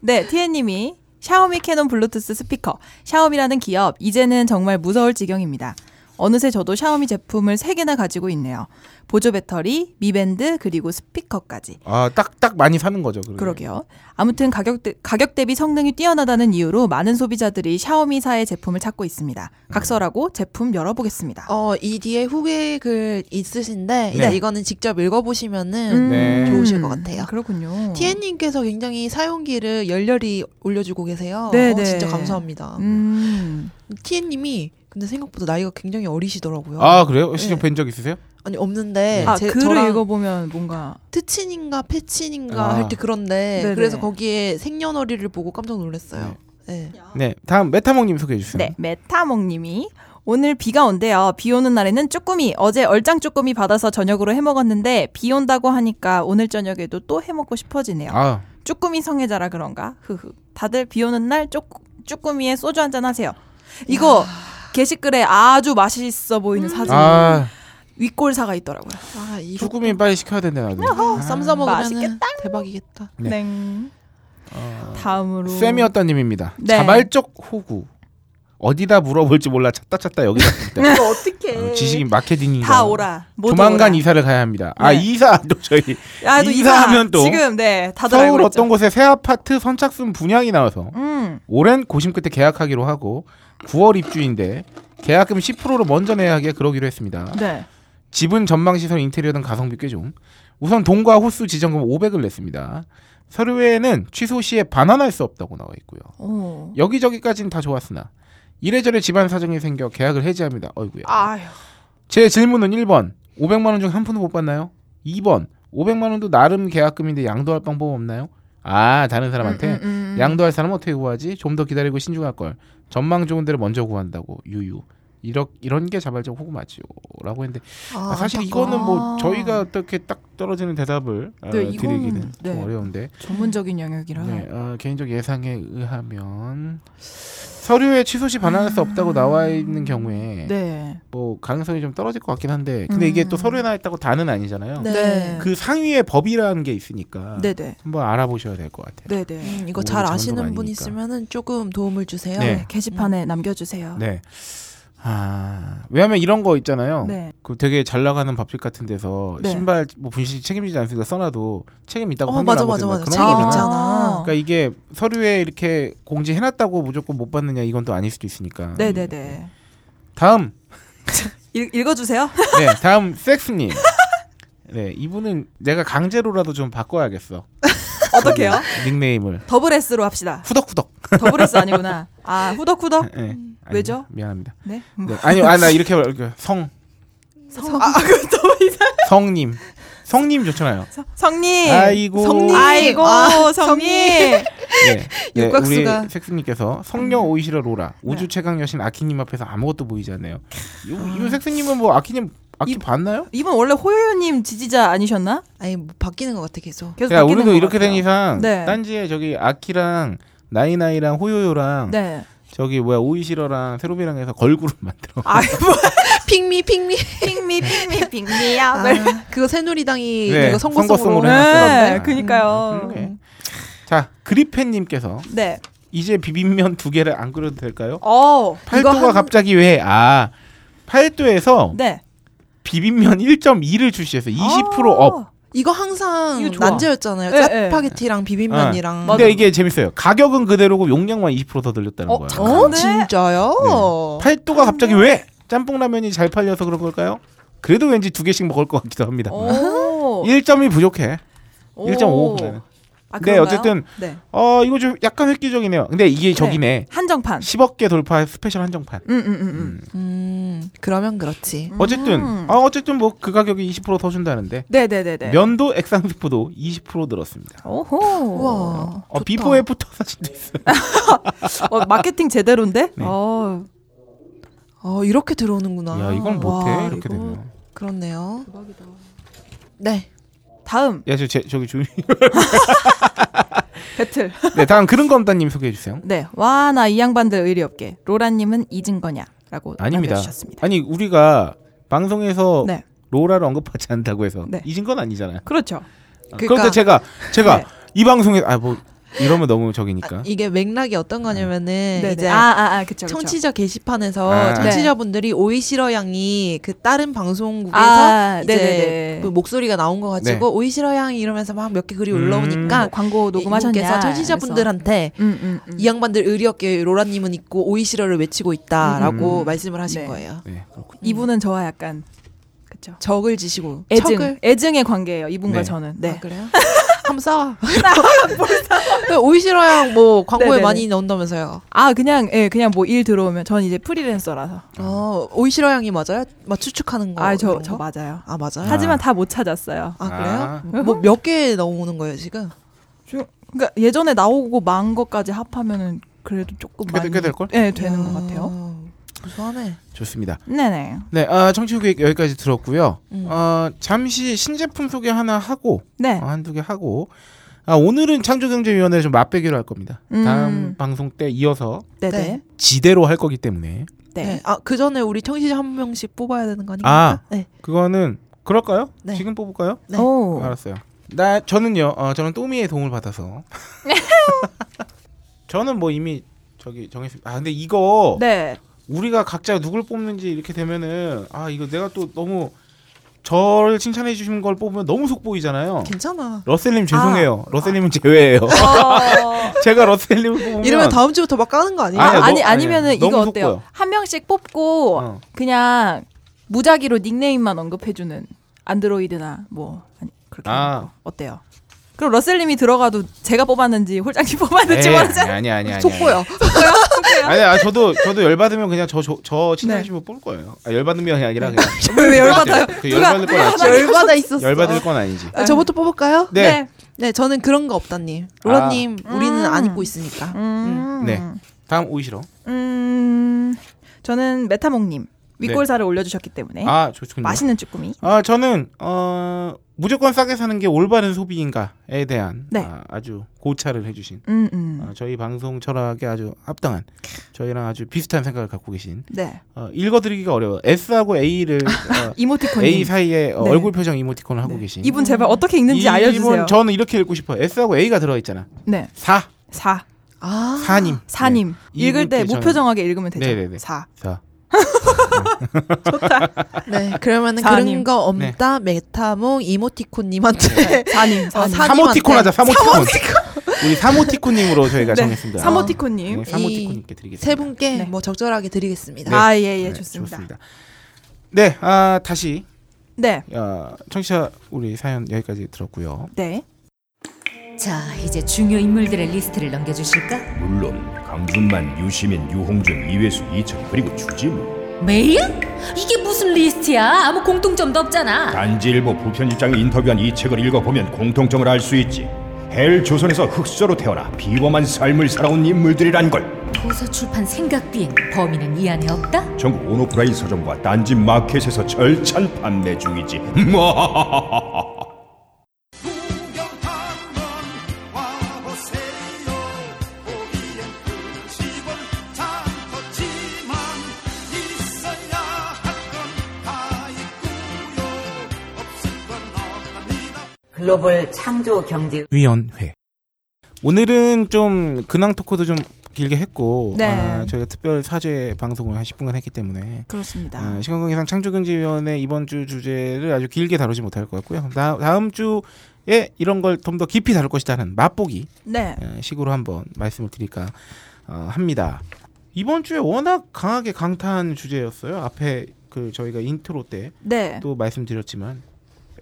Speaker 5: 네, 티엔님이 샤오미 캐논 블루투스 스피커 샤오미라는 기업 이제는 정말 무서울 지경입니다. 어느새 저도 샤오미 제품을 세 개나 가지고 있네요. 보조 배터리, 미밴드 그리고 스피커까지.
Speaker 4: 아, 딱 딱 많이 사는 거죠. 그러면.
Speaker 5: 그러게요. 아무튼 가격 대, 가격 대비 성능이 뛰어나다는 이유로 많은 소비자들이 샤오미사의 제품을 찾고 있습니다. 각설하고 제품 열어보겠습니다.
Speaker 6: 어, 이 뒤에 후기 글 있으신데 이제
Speaker 4: 네.
Speaker 6: 이거는 직접 읽어보시면은
Speaker 4: 네.
Speaker 6: 음, 좋으실 것 같아요.
Speaker 5: 음. 그렇군요.
Speaker 6: 티엔님께서 굉장히 사용기를 열렬히 올려주고 계세요.
Speaker 5: 네,
Speaker 6: 어,
Speaker 5: 네.
Speaker 6: 진짜 감사합니다.
Speaker 5: 음.
Speaker 6: 티엔님이 근데 생각보다 나이가 굉장히 어리시더라고요.
Speaker 4: 아, 네. 그래요? 혹시
Speaker 6: 네.
Speaker 4: 뵌적 있으세요?
Speaker 6: 니 없는데
Speaker 5: 아,
Speaker 6: 네, 제,
Speaker 5: 글을
Speaker 6: 저랑
Speaker 5: 읽어보면 뭔가
Speaker 6: 트친인가 패친인가
Speaker 4: 아.
Speaker 6: 할 때 그런데
Speaker 5: 네네.
Speaker 6: 그래서 거기에 생년월일을 보고 깜짝 놀랐어요. 네.
Speaker 4: 네. 다음 메타몽 님 소개해 주세요.
Speaker 5: 네, 메타몽님이 오늘 비가 온대요. 비 오는 날에는 쭈꾸미 어제 얼짱 쭈꾸미 받아서 저녁으로 해 먹었는데 비 온다고 하니까 오늘 저녁에도 또 해 먹고 싶어지네요.
Speaker 4: 아,
Speaker 5: 쭈꾸미 성애자라 그런가? 흐흐. 다들 비 오는 날 쭈, 쭈꾸미에 소주 한잔 하세요. 이거 게시글에 아주 맛있어
Speaker 6: 음.
Speaker 5: 보이는 사진
Speaker 4: 아,
Speaker 5: 윗골사가 있더라고요.
Speaker 6: 아, 이거
Speaker 4: 쭈꾸미 빨리 시켜야 된대 나도. 아,
Speaker 6: 쌈싸 먹으면
Speaker 5: 맛있겠다.
Speaker 6: 대박이겠다.
Speaker 4: 네.
Speaker 5: 냉.
Speaker 4: 어,
Speaker 5: 다음으로
Speaker 4: 쌤이었던 님입니다.
Speaker 5: 네.
Speaker 4: 자발적 호구. 어디다 물어볼지 몰라 찾다 찾다 여기다 찾다.
Speaker 5: 이거 어떻게
Speaker 4: 어, 지식인 마케팅이
Speaker 5: 다 오라. 모두
Speaker 4: 음. 조만간
Speaker 5: 오라.
Speaker 4: 이사를 가야 합니다. 아
Speaker 5: 네.
Speaker 4: 이사 또 저희
Speaker 5: 야, 또
Speaker 4: 이사하면 또
Speaker 5: 지금 네 다들
Speaker 4: 서울
Speaker 5: 알고
Speaker 4: 어떤
Speaker 5: 있죠.
Speaker 4: 곳에 새 아파트 선착순 분양이 나와서
Speaker 5: 음.
Speaker 4: 오랜 고심 끝에 계약하기로 하고 9월 입주인데 계약금 10%를 먼저 내야 하게 그러기로 했습니다.
Speaker 5: 네.
Speaker 4: 집은 전망시설 인테리어 등 가성비 꽤 좋음. 우선 동과 호수 지정금 500을 냈습니다. 서류에는 취소 시에 반환할 수 없다고 나와 있고요.
Speaker 5: 오.
Speaker 4: 여기저기까지는 다 좋았으나 이래저래 집안 사정이 생겨 계약을 해지합니다. 어이구야.
Speaker 5: 아휴.
Speaker 4: 제 질문은 1번 500만 원 중 한 푼도 못 받나요? 2번 500만 원도 나름 계약금인데 양도할 방법 없나요? 아 다른 사람한테
Speaker 5: 음, 음, 음.
Speaker 4: 양도할 사람 어떻게 구하지? 좀 더 기다리고 신중할 걸. 전망 좋은 데를 먼저 구한다고 유유. 이런 이런 게 자발적 호구 맞지요라고 했는데 아, 사실 이거는 뭐
Speaker 5: 아.
Speaker 4: 저희가 어떻게 딱 떨어지는 대답을 어,
Speaker 5: 네, 이거는,
Speaker 4: 드리기는 좀
Speaker 5: 네.
Speaker 4: 어려운데
Speaker 5: 전문적인 영역이라.
Speaker 4: 네,
Speaker 6: 아.
Speaker 4: 어, 개인적 예상에 의하면 서류에 취소 시 반환할 수
Speaker 6: 아.
Speaker 4: 없다고 나와 있는 경우에
Speaker 5: 네.
Speaker 4: 뭐 가능성이 좀 떨어질 것 같긴 한데 근데 이게 또
Speaker 5: 음.
Speaker 4: 서류에 나와 있다고 다는 아니잖아요.
Speaker 6: 네.
Speaker 5: 네.
Speaker 4: 그 상위의 법이라는 게 있으니까
Speaker 5: 네, 네.
Speaker 4: 한번 알아보셔야 될 것 같아요.
Speaker 5: 네, 네.
Speaker 6: 음, 이거
Speaker 4: 모르는
Speaker 6: 잘
Speaker 4: 정도가
Speaker 6: 아시는 분
Speaker 4: 아니니까.
Speaker 6: 있으면은 조금 도움을 주세요.
Speaker 4: 네.
Speaker 6: 아.
Speaker 5: 네, 게시판에 남겨 주세요.
Speaker 4: 네. 아 왜냐면 이런 거 있잖아요.
Speaker 5: 네.
Speaker 4: 그 되게 잘 나가는 밥집 같은 데서
Speaker 5: 네.
Speaker 4: 신발 뭐 분실이 책임지지 않습니다. 써놔도 책임 있다고
Speaker 6: 어, 맞아,
Speaker 4: 판결하거든요.
Speaker 6: 맞아, 맞아.
Speaker 4: 그런
Speaker 6: 책임
Speaker 4: 거는.
Speaker 6: 있잖아.
Speaker 4: 그러니까 이게 서류에 이렇게 공지해놨다고 무조건 못 받느냐 이건 또 아닐 수도 있으니까. 음.
Speaker 5: 네네네.
Speaker 4: 다음
Speaker 5: 읽, 읽어주세요.
Speaker 4: 네 다음 섹스님. 네 이분은 내가 강제로라도 좀 바꿔야겠어.
Speaker 5: 어떻게요?
Speaker 4: 닉네임을
Speaker 5: 더블 S로 합시다.
Speaker 4: 후덕후덕.
Speaker 5: 더블 S 아니구나. 아 후덕후덕.
Speaker 4: 네, 네.
Speaker 5: 왜죠?
Speaker 4: 미안합니다.
Speaker 5: 네.
Speaker 4: 네, 아니요, 아나 이렇게 말성
Speaker 5: 성. 아 그건 더 이상.
Speaker 4: 성님 성님 좋잖아요.
Speaker 5: 성- 성님.
Speaker 4: 아이고
Speaker 6: 성님.
Speaker 5: 아이고
Speaker 6: 아,
Speaker 5: 성님.
Speaker 4: 네. 네,
Speaker 6: 육각수가.
Speaker 4: 우리 색스님께서 성녀
Speaker 5: 음.
Speaker 4: 오이시라
Speaker 5: 네.
Speaker 4: 로라 우주 최강 여신 아키님 앞에서 아무것도 보이지 않네요. 요, 이 색스님은 뭐 아키님 아키 봤나요?
Speaker 5: 아. 이분 원래 호요님 지지자 아니셨나?
Speaker 6: 아니 뭐 바뀌는 것 같아 계속.
Speaker 5: 계속
Speaker 4: 야
Speaker 5: 바뀌는
Speaker 4: 우리도
Speaker 5: 것
Speaker 4: 이렇게
Speaker 5: 같아요.
Speaker 4: 된 이상
Speaker 5: 네.
Speaker 4: 딴지에 저기 아키랑 나이나이랑 호요요랑
Speaker 5: 네.
Speaker 4: 저기 뭐야 오이시러랑 세로비랑 해서 걸그룹 만들어.
Speaker 5: 아 뭐.
Speaker 6: 핑미 핑미.
Speaker 5: 핑미 네. 핑미 핑미야.
Speaker 6: 아, 그거 새누리당이
Speaker 4: 네,
Speaker 6: 이거
Speaker 4: 선거송으로
Speaker 6: 선거송으로
Speaker 4: 해놨-
Speaker 6: 해.
Speaker 5: 네.
Speaker 4: 음,
Speaker 5: 그니까요.
Speaker 4: 훌륭해. 자 그리펜님께서
Speaker 5: 네.
Speaker 4: 이제 비빔면 두 개를 안 끓여도 될까요?
Speaker 5: 어.
Speaker 4: 팔도가
Speaker 6: 한-
Speaker 4: 갑자기 왜 아 팔도에서
Speaker 5: 네.
Speaker 4: 비빔면 1.2를 출시해서
Speaker 6: 아,
Speaker 4: 20%업
Speaker 5: 어.
Speaker 6: 이거 항상
Speaker 5: 이거 좋아.
Speaker 6: 난제였잖아요.
Speaker 5: 예, 예.
Speaker 6: 짜파게티랑 비빔면이랑.
Speaker 5: 맞아.
Speaker 4: 근데 이게 재밌어요. 가격은 그대로고 용량만 20%더 늘렸다는
Speaker 5: 어,
Speaker 4: 거야.
Speaker 5: 착한-
Speaker 6: 어
Speaker 5: 네.
Speaker 6: 진짜요?
Speaker 4: 팔도가 갑자기 왜 짬뽕 라면이 잘 팔려서 그런 걸까요? 그래도 왠지 두 개씩 먹을 것 같기도 합니다.
Speaker 6: 어.
Speaker 5: 오.
Speaker 4: 1점이 부족해.
Speaker 5: 오.
Speaker 4: 1.5보다는.
Speaker 5: 아,
Speaker 4: 네,
Speaker 5: 그런가요?
Speaker 4: 어쨌든.
Speaker 5: 네.
Speaker 4: 어, 이거 좀 약간 획기적이네요. 근데 이게 저기네.
Speaker 5: 한정판.
Speaker 4: 10억 개 돌파 스페셜 한정판.
Speaker 5: 음, 음, 음,
Speaker 4: 네.
Speaker 6: 음 그러면 그렇지.
Speaker 5: 음.
Speaker 4: 어쨌든
Speaker 5: 음.
Speaker 4: 아, 어쨌든 뭐 그 가격이 20%더 준다는데.
Speaker 5: 네, 네, 네, 네.
Speaker 4: 면도 액상스프도 20% 늘었습니다.
Speaker 5: 오호.
Speaker 6: 우와.
Speaker 4: 어,
Speaker 6: 좋다.
Speaker 4: 비포 애프터 사진도 있어요.
Speaker 5: 어, 마케팅 제대로인데?
Speaker 4: 네.
Speaker 5: 어.
Speaker 6: 어 이렇게
Speaker 5: 아,
Speaker 6: 들어오는구나.
Speaker 4: 야, 이건 못
Speaker 6: 와,
Speaker 4: 해. 이렇게
Speaker 6: 이거
Speaker 4: 되면.
Speaker 6: 그렇네요. 네.
Speaker 5: 다음
Speaker 4: 야, 저, 제, 저기 조용히.
Speaker 5: 배틀.
Speaker 4: 네, 다음 그런 검단 님 소개해 주세요.
Speaker 5: 네. 와 나 이 양반들 의리 없게. 로라 님은 잊은 거냐라고
Speaker 4: 아닙니다. 어.
Speaker 5: 남겨주셨습니다.
Speaker 4: 아니 우리가 방송에서
Speaker 5: 네.
Speaker 4: 로라를 언급하지 않다고 해서
Speaker 5: 네.
Speaker 4: 잊은 건 아니잖아요.
Speaker 5: 그렇죠.
Speaker 4: 그런데 제가 제가
Speaker 5: 네.
Speaker 4: 이 방송에 아 뭐 이러면 너무 적이니까.
Speaker 6: 아, 이게 맥락이 어떤 거냐면은
Speaker 5: 네,
Speaker 6: 이제
Speaker 5: 네. 아, 아, 아, 그쵸, 그쵸.
Speaker 6: 청취자 게시판에서
Speaker 4: 아.
Speaker 6: 청취자분들이 오이시러 양이 그 다른 방송국에서
Speaker 5: 아,
Speaker 6: 이제
Speaker 5: 네네네.
Speaker 6: 그 목소리가 나온 거 가지고 오이시러 양이 이러면서 막 몇 개 글이
Speaker 4: 음.
Speaker 5: 아,
Speaker 6: 올라오니까
Speaker 5: 광고 녹음하셨냐?
Speaker 6: 이분께서 청취자분들한테
Speaker 5: 그래서. 음, 음, 음.
Speaker 6: 이 양반들 의리 없게 로라님은 있고 오이시러를 외치고 있다라고 말씀을 하신
Speaker 5: 네.
Speaker 6: 거예요.
Speaker 4: 네, 그렇군요.
Speaker 5: 이분은 저와 약간 그렇죠.
Speaker 6: 적을 지시고
Speaker 5: 애증,
Speaker 6: 음. 척을
Speaker 5: 애증의 관계예요. 이분과
Speaker 4: 네.
Speaker 5: 저는.
Speaker 6: 아,
Speaker 5: 네.
Speaker 6: 그래요? 한번 싸워. 그 오이시러 양 뭐 광고에
Speaker 5: 네네네.
Speaker 6: 많이 나온다면서요.
Speaker 5: 아, 그냥 예, 그냥 뭐 일 들어오면 전 이제 프리랜서라서.
Speaker 6: 어 오이시러 양이 맞아요? 막 추측하는 거.
Speaker 5: 아, 저
Speaker 6: 이런
Speaker 5: 저
Speaker 6: 거?
Speaker 5: 맞아요.
Speaker 6: 아 맞아요.
Speaker 5: 하지만 다 못 찾았어요.
Speaker 6: 어, 아
Speaker 4: 아.
Speaker 6: 그래요? 뭐 몇 개 나오는 거예요 지금?
Speaker 5: 그러니까 예전에 나오고 망 것까지 합하면은 그래도 조금
Speaker 4: 꽤 되-
Speaker 5: 많이
Speaker 4: 꽤될 걸?
Speaker 5: 예, 되는
Speaker 6: 이야,
Speaker 5: 것 같아요.
Speaker 6: 무서하네.
Speaker 4: 좋습니다.
Speaker 5: 네, 네.
Speaker 4: 네, 아, 청취 후기 여기까지 들었고요.
Speaker 6: 음.
Speaker 4: 어, 잠시 신제품 소개 하나 하고
Speaker 5: 네.
Speaker 4: 어, 한두 개 하고 아, 오늘은 창조경제위원회 좀 맛배기로 할 겁니다.
Speaker 5: 음.
Speaker 4: 다음 방송 때 이어서
Speaker 5: 네,
Speaker 6: 네.
Speaker 5: 네.
Speaker 4: 지대로 할 거기 때문에
Speaker 5: 네.
Speaker 6: 네. 아그 전에 우리 청취자 한 명씩 뽑아야 되는 거니까.
Speaker 4: 아.
Speaker 6: 네.
Speaker 4: 그거는 그럴까요?
Speaker 6: 네.
Speaker 4: 지금 뽑을까요?
Speaker 6: 네.
Speaker 5: 오.
Speaker 4: 알았어요. 나 저는요. 어, 저는 또미의 도움을 받아서. 저는 뭐 이미 저기 정했습니다. 아 근데 이거
Speaker 5: 네.
Speaker 4: 우리가 각자 누굴 뽑는지 이렇게 되면은 아 이거 내가 또 너무 저를 칭찬해 주신 걸 뽑으면 너무 속보이잖아요.
Speaker 6: 그 괜찮아.
Speaker 4: 러셀님 죄송해요. 러셀님은 제외예요.
Speaker 5: 어,
Speaker 4: 제가 러셀님을 뽑으면
Speaker 6: 이러면 다음 주부터 막 까는 거 아니에요?
Speaker 4: 아니야,
Speaker 5: 아, 아니
Speaker 4: 너-
Speaker 5: 아니면은
Speaker 4: 아니야.
Speaker 5: 이거
Speaker 4: 너무
Speaker 5: 어때요?
Speaker 4: 속고요.
Speaker 5: 한 명씩 뽑고
Speaker 4: 어.
Speaker 5: 그냥 무작위로 닉네임만 언급해주는 안드로이드나 뭐 아니, 그렇게
Speaker 4: 아.
Speaker 5: 하는 거 어때요? 그럼 러셀님이 들어가도 제가 뽑았는지 홀장님 뽑았는지
Speaker 4: 에이,
Speaker 5: 모르잖아요.
Speaker 4: 네. 아니 아니 아니.
Speaker 6: 속보요.
Speaker 4: 아니 아 저도 저도 열 받으면 그냥 저저 저 칭찬해주면 뽑을 거예요. 아, 열 받는 면이 아니라 그냥 그
Speaker 5: 왜 네. 열받아요?
Speaker 4: 열 받을 건 아니지.
Speaker 6: 열받아 있었어.
Speaker 4: 열 받을 건 아니지.
Speaker 6: 아, 저부터 뽑을까요?
Speaker 4: 네.
Speaker 5: 네.
Speaker 6: 네, 저는 그런 거 없다님. 로라님, 우리는 안 입고 있으니까.
Speaker 5: 음.
Speaker 4: 네. 다음 오이시러.
Speaker 5: 음. 저는 메타몽님
Speaker 4: 네.
Speaker 5: 윗골사를 올려주셨기 때문에
Speaker 4: 아 좋군요.
Speaker 5: 네. 맛있는 쭈꾸미.
Speaker 4: 아 저는 어 무조건 싸게 사는 게 올바른 소비인가에 대한
Speaker 5: 네.
Speaker 4: 아, 주 고찰을 해주신
Speaker 5: 음, 음.
Speaker 4: 어, 저희 방송 철학에 아주 합당한 저희랑 아주 비슷한 생각을 갖고 계신
Speaker 5: 네.
Speaker 4: 어, 읽어드리기가 어려워 요 S하고 A를 어,
Speaker 5: 이모티콘.
Speaker 4: A 사이에 어,
Speaker 5: 네.
Speaker 4: 얼굴 표정 이모티콘을 하고 계신
Speaker 5: 이분 제발 어떻게 읽는지
Speaker 4: 이분
Speaker 5: 알려주세요.
Speaker 4: 저는 이렇게 읽고 싶어요 S하고 A가 들어있잖아
Speaker 5: 네.
Speaker 4: 사
Speaker 5: 사
Speaker 6: 아,
Speaker 4: 사님
Speaker 5: 아, 사님
Speaker 4: 네.
Speaker 5: 읽을 때
Speaker 4: 이분께 저는-
Speaker 5: 무표정하게 읽으면 되죠.
Speaker 4: 네네네.
Speaker 5: 사.
Speaker 4: 사
Speaker 5: 좋다.
Speaker 6: 네, 그러면은
Speaker 5: 사님.
Speaker 6: 그런 거 없다 메타몽 이모티콘님한테
Speaker 5: 사님,
Speaker 6: 어,
Speaker 5: 사님.
Speaker 6: 사-
Speaker 4: 사모티콘 하자. 사모티콘.
Speaker 6: 사모티콘.
Speaker 4: 우리 사모티콘님으로 저희가
Speaker 5: 네,
Speaker 4: 정했습니다.
Speaker 5: 사모티콘님.
Speaker 4: 네, 사모티콘님께 드리겠습니다.
Speaker 6: 세 분께
Speaker 5: 네.
Speaker 6: 뭐 적절하게 드리겠습니다.
Speaker 4: 네.
Speaker 5: 아, 예, 예,
Speaker 4: 네,
Speaker 5: 좋습니다.
Speaker 4: 네, 아, 다시
Speaker 5: 네,
Speaker 4: 어, 청취자 우리 사연 여기까지 들었고요.
Speaker 5: 네.
Speaker 3: 자, 이제 중요 인물들의 리스트를 넘겨주실까?
Speaker 1: 물론 강준만, 유시민, 유홍준, 이회수, 이청 그리고 주지무
Speaker 3: 메일? 이게 무슨 리스트야? 아무 공통점도 없잖아.
Speaker 1: 단지일보 부편집장이 인터뷰한 이 책을 읽어보면 공통점을 알 수 있지 헬 조선에서 흑수로 태어나 비범한 삶을 살아온 인물들이란 걸
Speaker 3: 도서 출판 생각 비행 범인은 이 안에 없다?
Speaker 1: 전국 온오프라인 서점과 단지 마켓에서 절찬 판매 중이지
Speaker 7: 글로벌 창조 경제
Speaker 4: 위원회. 오늘은 좀 근황 토크도 좀 길게 했고
Speaker 5: 네.
Speaker 4: 아, 저희가 특별 사죄 방송을 한 10분간 했기 때문에
Speaker 5: 그렇습니다.
Speaker 4: 아, 시간관계상 창조경제위원회 이번 주 주제를 아주 길게 다루지 못할 것 같고요. 다, 다음 주에 이런 걸 좀 더 깊이 다룰 것이다는 맛보기
Speaker 5: 네.
Speaker 4: 예, 식으로 한번 말씀을 드릴까 어, 합니다. 이번 주에 워낙 강하게 강타한 주제였어요. 앞에 그 저희가 인트로 때 또
Speaker 5: 네.
Speaker 4: 말씀드렸지만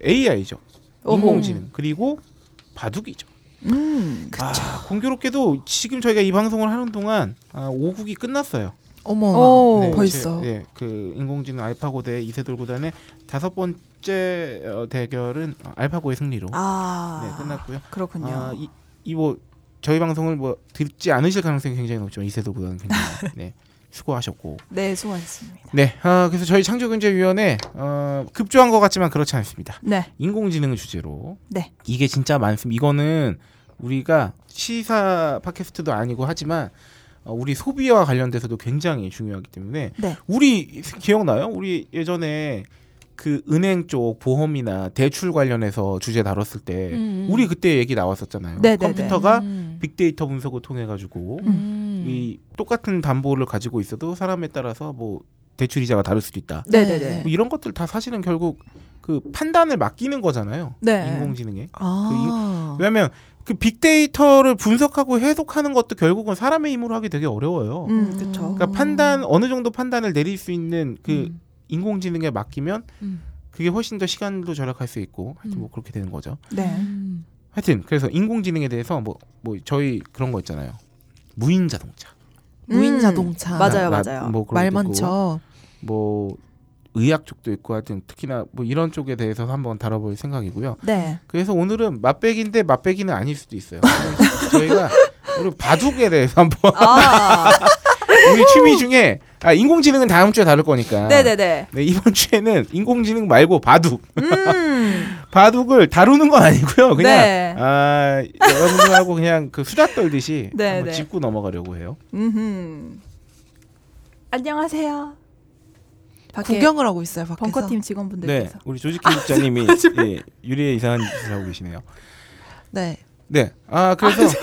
Speaker 4: AI죠.
Speaker 5: 어허.
Speaker 4: 인공지능 그리고 바둑이죠.
Speaker 5: 음.
Speaker 4: 아, 공교롭게도 지금 저희가 이 방송을 하는 동안 아, 5국이 끝났어요.
Speaker 6: 어머,
Speaker 5: 오.
Speaker 4: 네,
Speaker 6: 벌써.
Speaker 4: 제- 예, 그 인공지능 알파고 대 이세돌 구단의 다섯 번째 어, 대결은 알파고의 승리로
Speaker 5: 아.
Speaker 4: 네, 끝났고요.
Speaker 5: 그렇군요.
Speaker 4: 아, 이, 이뭐 저희 방송을 뭐 듣지 않으실 가능성이 굉장히 높지만 이세돌 구단 굉장히 네, 수고하셨고
Speaker 5: 네, 수고하셨습니다.
Speaker 4: 네 아, 그래서 저희 창조경제위원회 어, 급조한 것 같지만 그렇지 않습니다.
Speaker 5: 네.
Speaker 4: 인공지능을 주제로
Speaker 5: 네.
Speaker 4: 이게 진짜 많습니다. 이거는 우리가 시사 팟캐스트도 아니고 하지만 어, 우리 소비와 관련돼서도 굉장히 중요하기 때문에
Speaker 5: 네.
Speaker 4: 우리 기억나요? 우리 예전에 그 은행 쪽 보험이나 대출 관련해서 주제 다뤘을 때
Speaker 6: 음, 음.
Speaker 4: 우리 그때 얘기 나왔었잖아요.
Speaker 5: 네, 네, 네.
Speaker 4: 컴퓨터가
Speaker 6: 음.
Speaker 4: 빅데이터 분석을 통해 가지고
Speaker 6: 음.
Speaker 4: 이 똑같은 담보를 가지고 있어도 사람에 따라서 뭐 대출 이자가 다를 수도 있다.
Speaker 5: 네, 네, 네.
Speaker 4: 뭐 이런 것들 다 사실은 결국 그 판단을 맡기는 거잖아요.
Speaker 5: 네.
Speaker 4: 인공지능에.
Speaker 6: 아.
Speaker 4: 왜냐하면 그 빅데이터를 분석하고 해석하는 것도 결국은 사람의 힘으로 하기 되게 어려워요.
Speaker 5: 음, 그렇죠.
Speaker 4: 그러니까 판단 어느 정도 판단을 내릴 수 있는 그
Speaker 6: 음.
Speaker 4: 인공지능에 맡기면
Speaker 6: 음.
Speaker 4: 그게 훨씬 더 시간도 절약할 수 있고 하여튼
Speaker 5: 음.
Speaker 4: 뭐 그렇게 되는 거죠.
Speaker 5: 네.
Speaker 6: 음.
Speaker 4: 하여튼 그래서 인공지능에 대해서 뭐 뭐 저희 그런 거 있잖아요. 무인 자동차.
Speaker 6: 무인
Speaker 5: 음,
Speaker 6: 자동차. 네.
Speaker 5: 맞아요, 맞아요.
Speaker 4: 뭐 그런
Speaker 6: 말
Speaker 4: 것도 있고,
Speaker 6: 많죠.
Speaker 4: 뭐 의학 쪽도 있고 하여튼 특히나 뭐 이런 쪽에 대해서 한번 다뤄볼 생각이고요.
Speaker 5: 네.
Speaker 4: 그래서 오늘은 맛배기인데 맛배기는 아닐 수도 있어요. 저희가 우리 바둑에 대해서 한번
Speaker 5: 아.
Speaker 4: 우리 취미 중에 아 인공지능은 다음 주에 다룰 거니까.
Speaker 5: 네, 네, 네.
Speaker 4: 네, 이번 주에는 인공지능 말고 바둑,
Speaker 5: 음.
Speaker 4: 바둑을 다루는 건 아니고요. 그냥
Speaker 5: 네.
Speaker 4: 아, 여러분들하고 그냥 그 수다 떨듯이
Speaker 5: 네,
Speaker 4: 한번
Speaker 5: 네.
Speaker 4: 짚고 넘어가려고 해요.
Speaker 5: 음. 안녕하세요. 밖에
Speaker 6: 구경을 하고 있어요, 밖에서.
Speaker 5: 벙커팀 직원분들께서.
Speaker 4: 네,
Speaker 5: 아,
Speaker 4: 우리 조직 기획자님이 예, 유리에 이상한 짓을 하고 계시네요.
Speaker 6: 네.
Speaker 4: 네, 아 그래서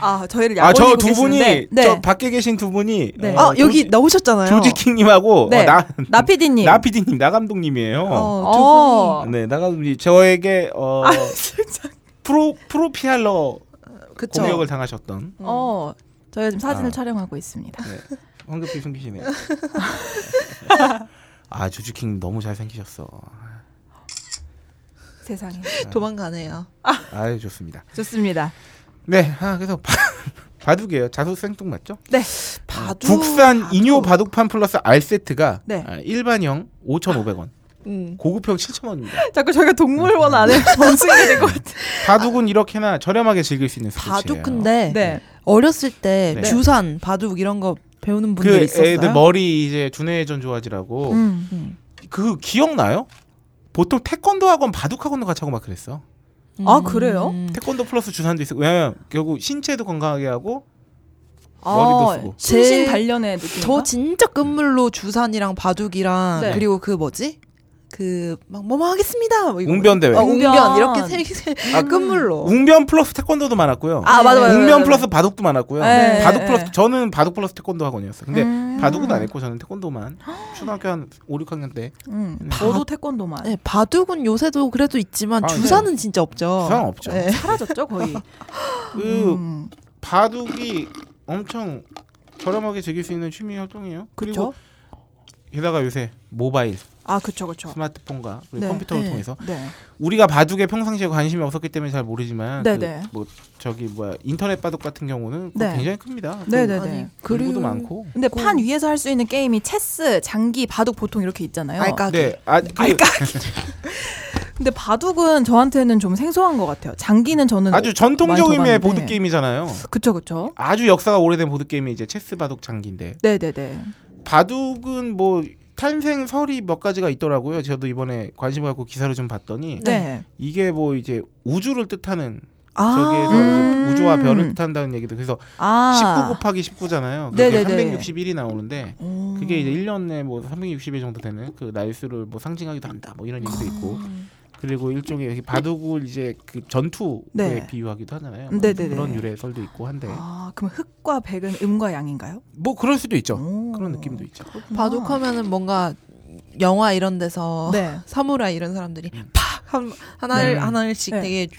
Speaker 5: 아, 저희를
Speaker 4: 아
Speaker 5: 약올리고
Speaker 4: 저 두 분이
Speaker 5: 계시는데. 네.
Speaker 4: 저 밖에 계신 두 분이 어,
Speaker 5: 네.
Speaker 6: 아, 여기
Speaker 4: 조직-
Speaker 6: 나오셨잖아요.
Speaker 4: 조직킹님하고
Speaker 5: 네.
Speaker 4: 어, 나,
Speaker 5: 나 PD님.
Speaker 4: 나 PD님 나 감독님이에요.
Speaker 6: 어, 두
Speaker 5: 어.
Speaker 4: 네, 나 감독님 저에게 어,
Speaker 5: 아, 진짜.
Speaker 4: 프로 프로피알러
Speaker 6: 분이 그쵸.
Speaker 4: 공격을 당하셨던
Speaker 5: 어. 저희가 지금 사진을
Speaker 4: 음. 아.
Speaker 5: 촬영하고 있습니다.
Speaker 4: 네. 황급히 숨기시네요. 아 주주킹 너무 잘 생기셨어.
Speaker 5: 세상에.
Speaker 6: 도망가네요.
Speaker 4: 아유 좋습니다.
Speaker 5: 좋습니다.
Speaker 4: 네, 아 그래서 바, 바둑이에요. 자소 생뚱 맞죠?
Speaker 5: 네.
Speaker 6: 바둑.
Speaker 4: 국산
Speaker 6: 어, 바둑.
Speaker 4: 인효 바둑판 플러스 R 세트가
Speaker 5: 네.
Speaker 4: 아, 일반형 5,500원,
Speaker 6: 음.
Speaker 4: 고급형 7,000원입니다.
Speaker 5: 자꾸 저희가 동물원 안에
Speaker 4: 음.
Speaker 5: 번승이 될것 같아.
Speaker 4: 바둑은 이렇게나 저렴하게 즐길 수 있는 스포츠예요.
Speaker 6: 바둑 근데
Speaker 5: 네.
Speaker 6: 어렸을 때
Speaker 4: 네.
Speaker 6: 주산, 바둑 이런 거 배우는 분들
Speaker 4: 그
Speaker 6: 있었어요?
Speaker 4: 애들 머리 이제 두뇌회전 좋아지라고
Speaker 5: 음.
Speaker 4: 그 기억나요? 보통 태권도 학원 바둑 학원도 같이 하고 막 그랬어.
Speaker 5: 아, 그래요?
Speaker 6: 음.
Speaker 4: 태권도 플러스 주산도 있어. 왜냐면 결국 신체도 건강하게 하고
Speaker 5: 아,
Speaker 4: 머리도 쓰고.
Speaker 5: 신신
Speaker 6: 제-
Speaker 5: 단련의 느낌.
Speaker 6: 저 진짜 끝물로 주산이랑 바둑이랑
Speaker 5: 네.
Speaker 6: 그리고 그 뭐지? 그 막 뭐뭐 하겠습니다. 뭐 이거.
Speaker 4: 웅변 대회.
Speaker 6: 어, 웅변
Speaker 5: 웅변.
Speaker 6: 이렇게 세세 아, 끝물로.
Speaker 4: 웅변 플러스 태권도도 많았고요.
Speaker 5: 아 맞아 맞아.
Speaker 4: 웅변 플러스 바둑도 많았고요.
Speaker 5: 네,
Speaker 4: 바둑
Speaker 5: 네,
Speaker 4: 플러스
Speaker 5: 네.
Speaker 4: 저는 바둑 플러스 태권도 학원이었어요. 근데
Speaker 5: 음.
Speaker 4: 바둑은 안 했고 저는 태권도만 초등학교 한 5, 6학년 때
Speaker 5: 응. 저도 음. 태권도만
Speaker 6: 네, 바둑은 요새도 그래도 있지만
Speaker 4: 아,
Speaker 6: 주사는 진짜 없죠.
Speaker 4: 주사는 없죠.
Speaker 6: 네.
Speaker 5: 사라졌죠 거의.
Speaker 4: 그
Speaker 5: 어. 음.
Speaker 4: 바둑이 엄청 저렴하게 즐길 수 있는 취미 활동이에요. 그리고
Speaker 5: 그쵸?
Speaker 4: 게다가 요새 모바일,
Speaker 5: 아 그쵸 그쵸.
Speaker 4: 스마트폰과 그리고
Speaker 5: 네.
Speaker 4: 컴퓨터를
Speaker 6: 네.
Speaker 4: 통해서
Speaker 5: 네.
Speaker 4: 우리가 바둑에 평상시에 관심이 없었기 때문에 잘 모르지만 그
Speaker 5: 네네.
Speaker 4: 뭐 저기 뭐야 인터넷 바둑 같은 경우는 그거
Speaker 5: 네.
Speaker 4: 굉장히 큽니다.
Speaker 5: 네네네.
Speaker 6: 아니,
Speaker 4: 그리고도
Speaker 6: 그리고-
Speaker 4: 많고.
Speaker 5: 근데 판 위에서 할 수 있는 게임이 체스, 장기, 바둑 보통 이렇게 있잖아요. 그러니까
Speaker 6: 알까?
Speaker 4: 네, 아, 그,
Speaker 5: 근데 바둑은 저한테는 좀 생소한 것 같아요. 장기는 저는
Speaker 4: 아주 전통적
Speaker 5: 많이
Speaker 4: 의미의
Speaker 5: 들어봤는데.
Speaker 4: 보드 게임이잖아요.
Speaker 5: 그쵸 그쵸.
Speaker 4: 아주 역사가 오래된 보드 게임이 이제 체스 바둑 장기인데
Speaker 5: 네네네.
Speaker 4: 바둑은 뭐 탄생설이 몇 가지가 있더라고요. 저도 이번에 관심 갖고 기사를 좀 봤더니
Speaker 5: 네.
Speaker 4: 이게 뭐 이제 우주를 뜻하는
Speaker 5: 아.
Speaker 4: 저기에서
Speaker 5: 음.
Speaker 4: 이제 우주와 별을 뜻한다는 얘기도 그래서
Speaker 5: 아.
Speaker 4: 19 곱하기 19잖아요. 그게
Speaker 5: 네네네.
Speaker 4: 361이 나오는데
Speaker 5: 오.
Speaker 4: 그게 이제 1년에 뭐 360일 정도 되는 그 날수를 뭐 상징하기도 한다. 뭐 이런 얘기도 있고.
Speaker 5: 아.
Speaker 4: 그리고 일종의 이렇게 바둑을 이제 그 전투에
Speaker 5: 네.
Speaker 4: 비유하기도 하잖아요. 뭐
Speaker 5: 네네네.
Speaker 4: 그런 유래설도 있고 한데
Speaker 5: 아, 그럼 흑과 백은 음과 양인가요?
Speaker 4: 뭐 그럴 수도 있죠.
Speaker 5: 오.
Speaker 4: 그런 느낌도 있죠. 아.
Speaker 6: 바둑하면은 뭔가 영화 이런 데서
Speaker 5: 네.
Speaker 6: 사무라이 이런 사람들이 팍 한,
Speaker 4: 음.
Speaker 6: 하나를
Speaker 4: 네.
Speaker 6: 하나씩
Speaker 5: 네.
Speaker 6: 되게
Speaker 4: 되게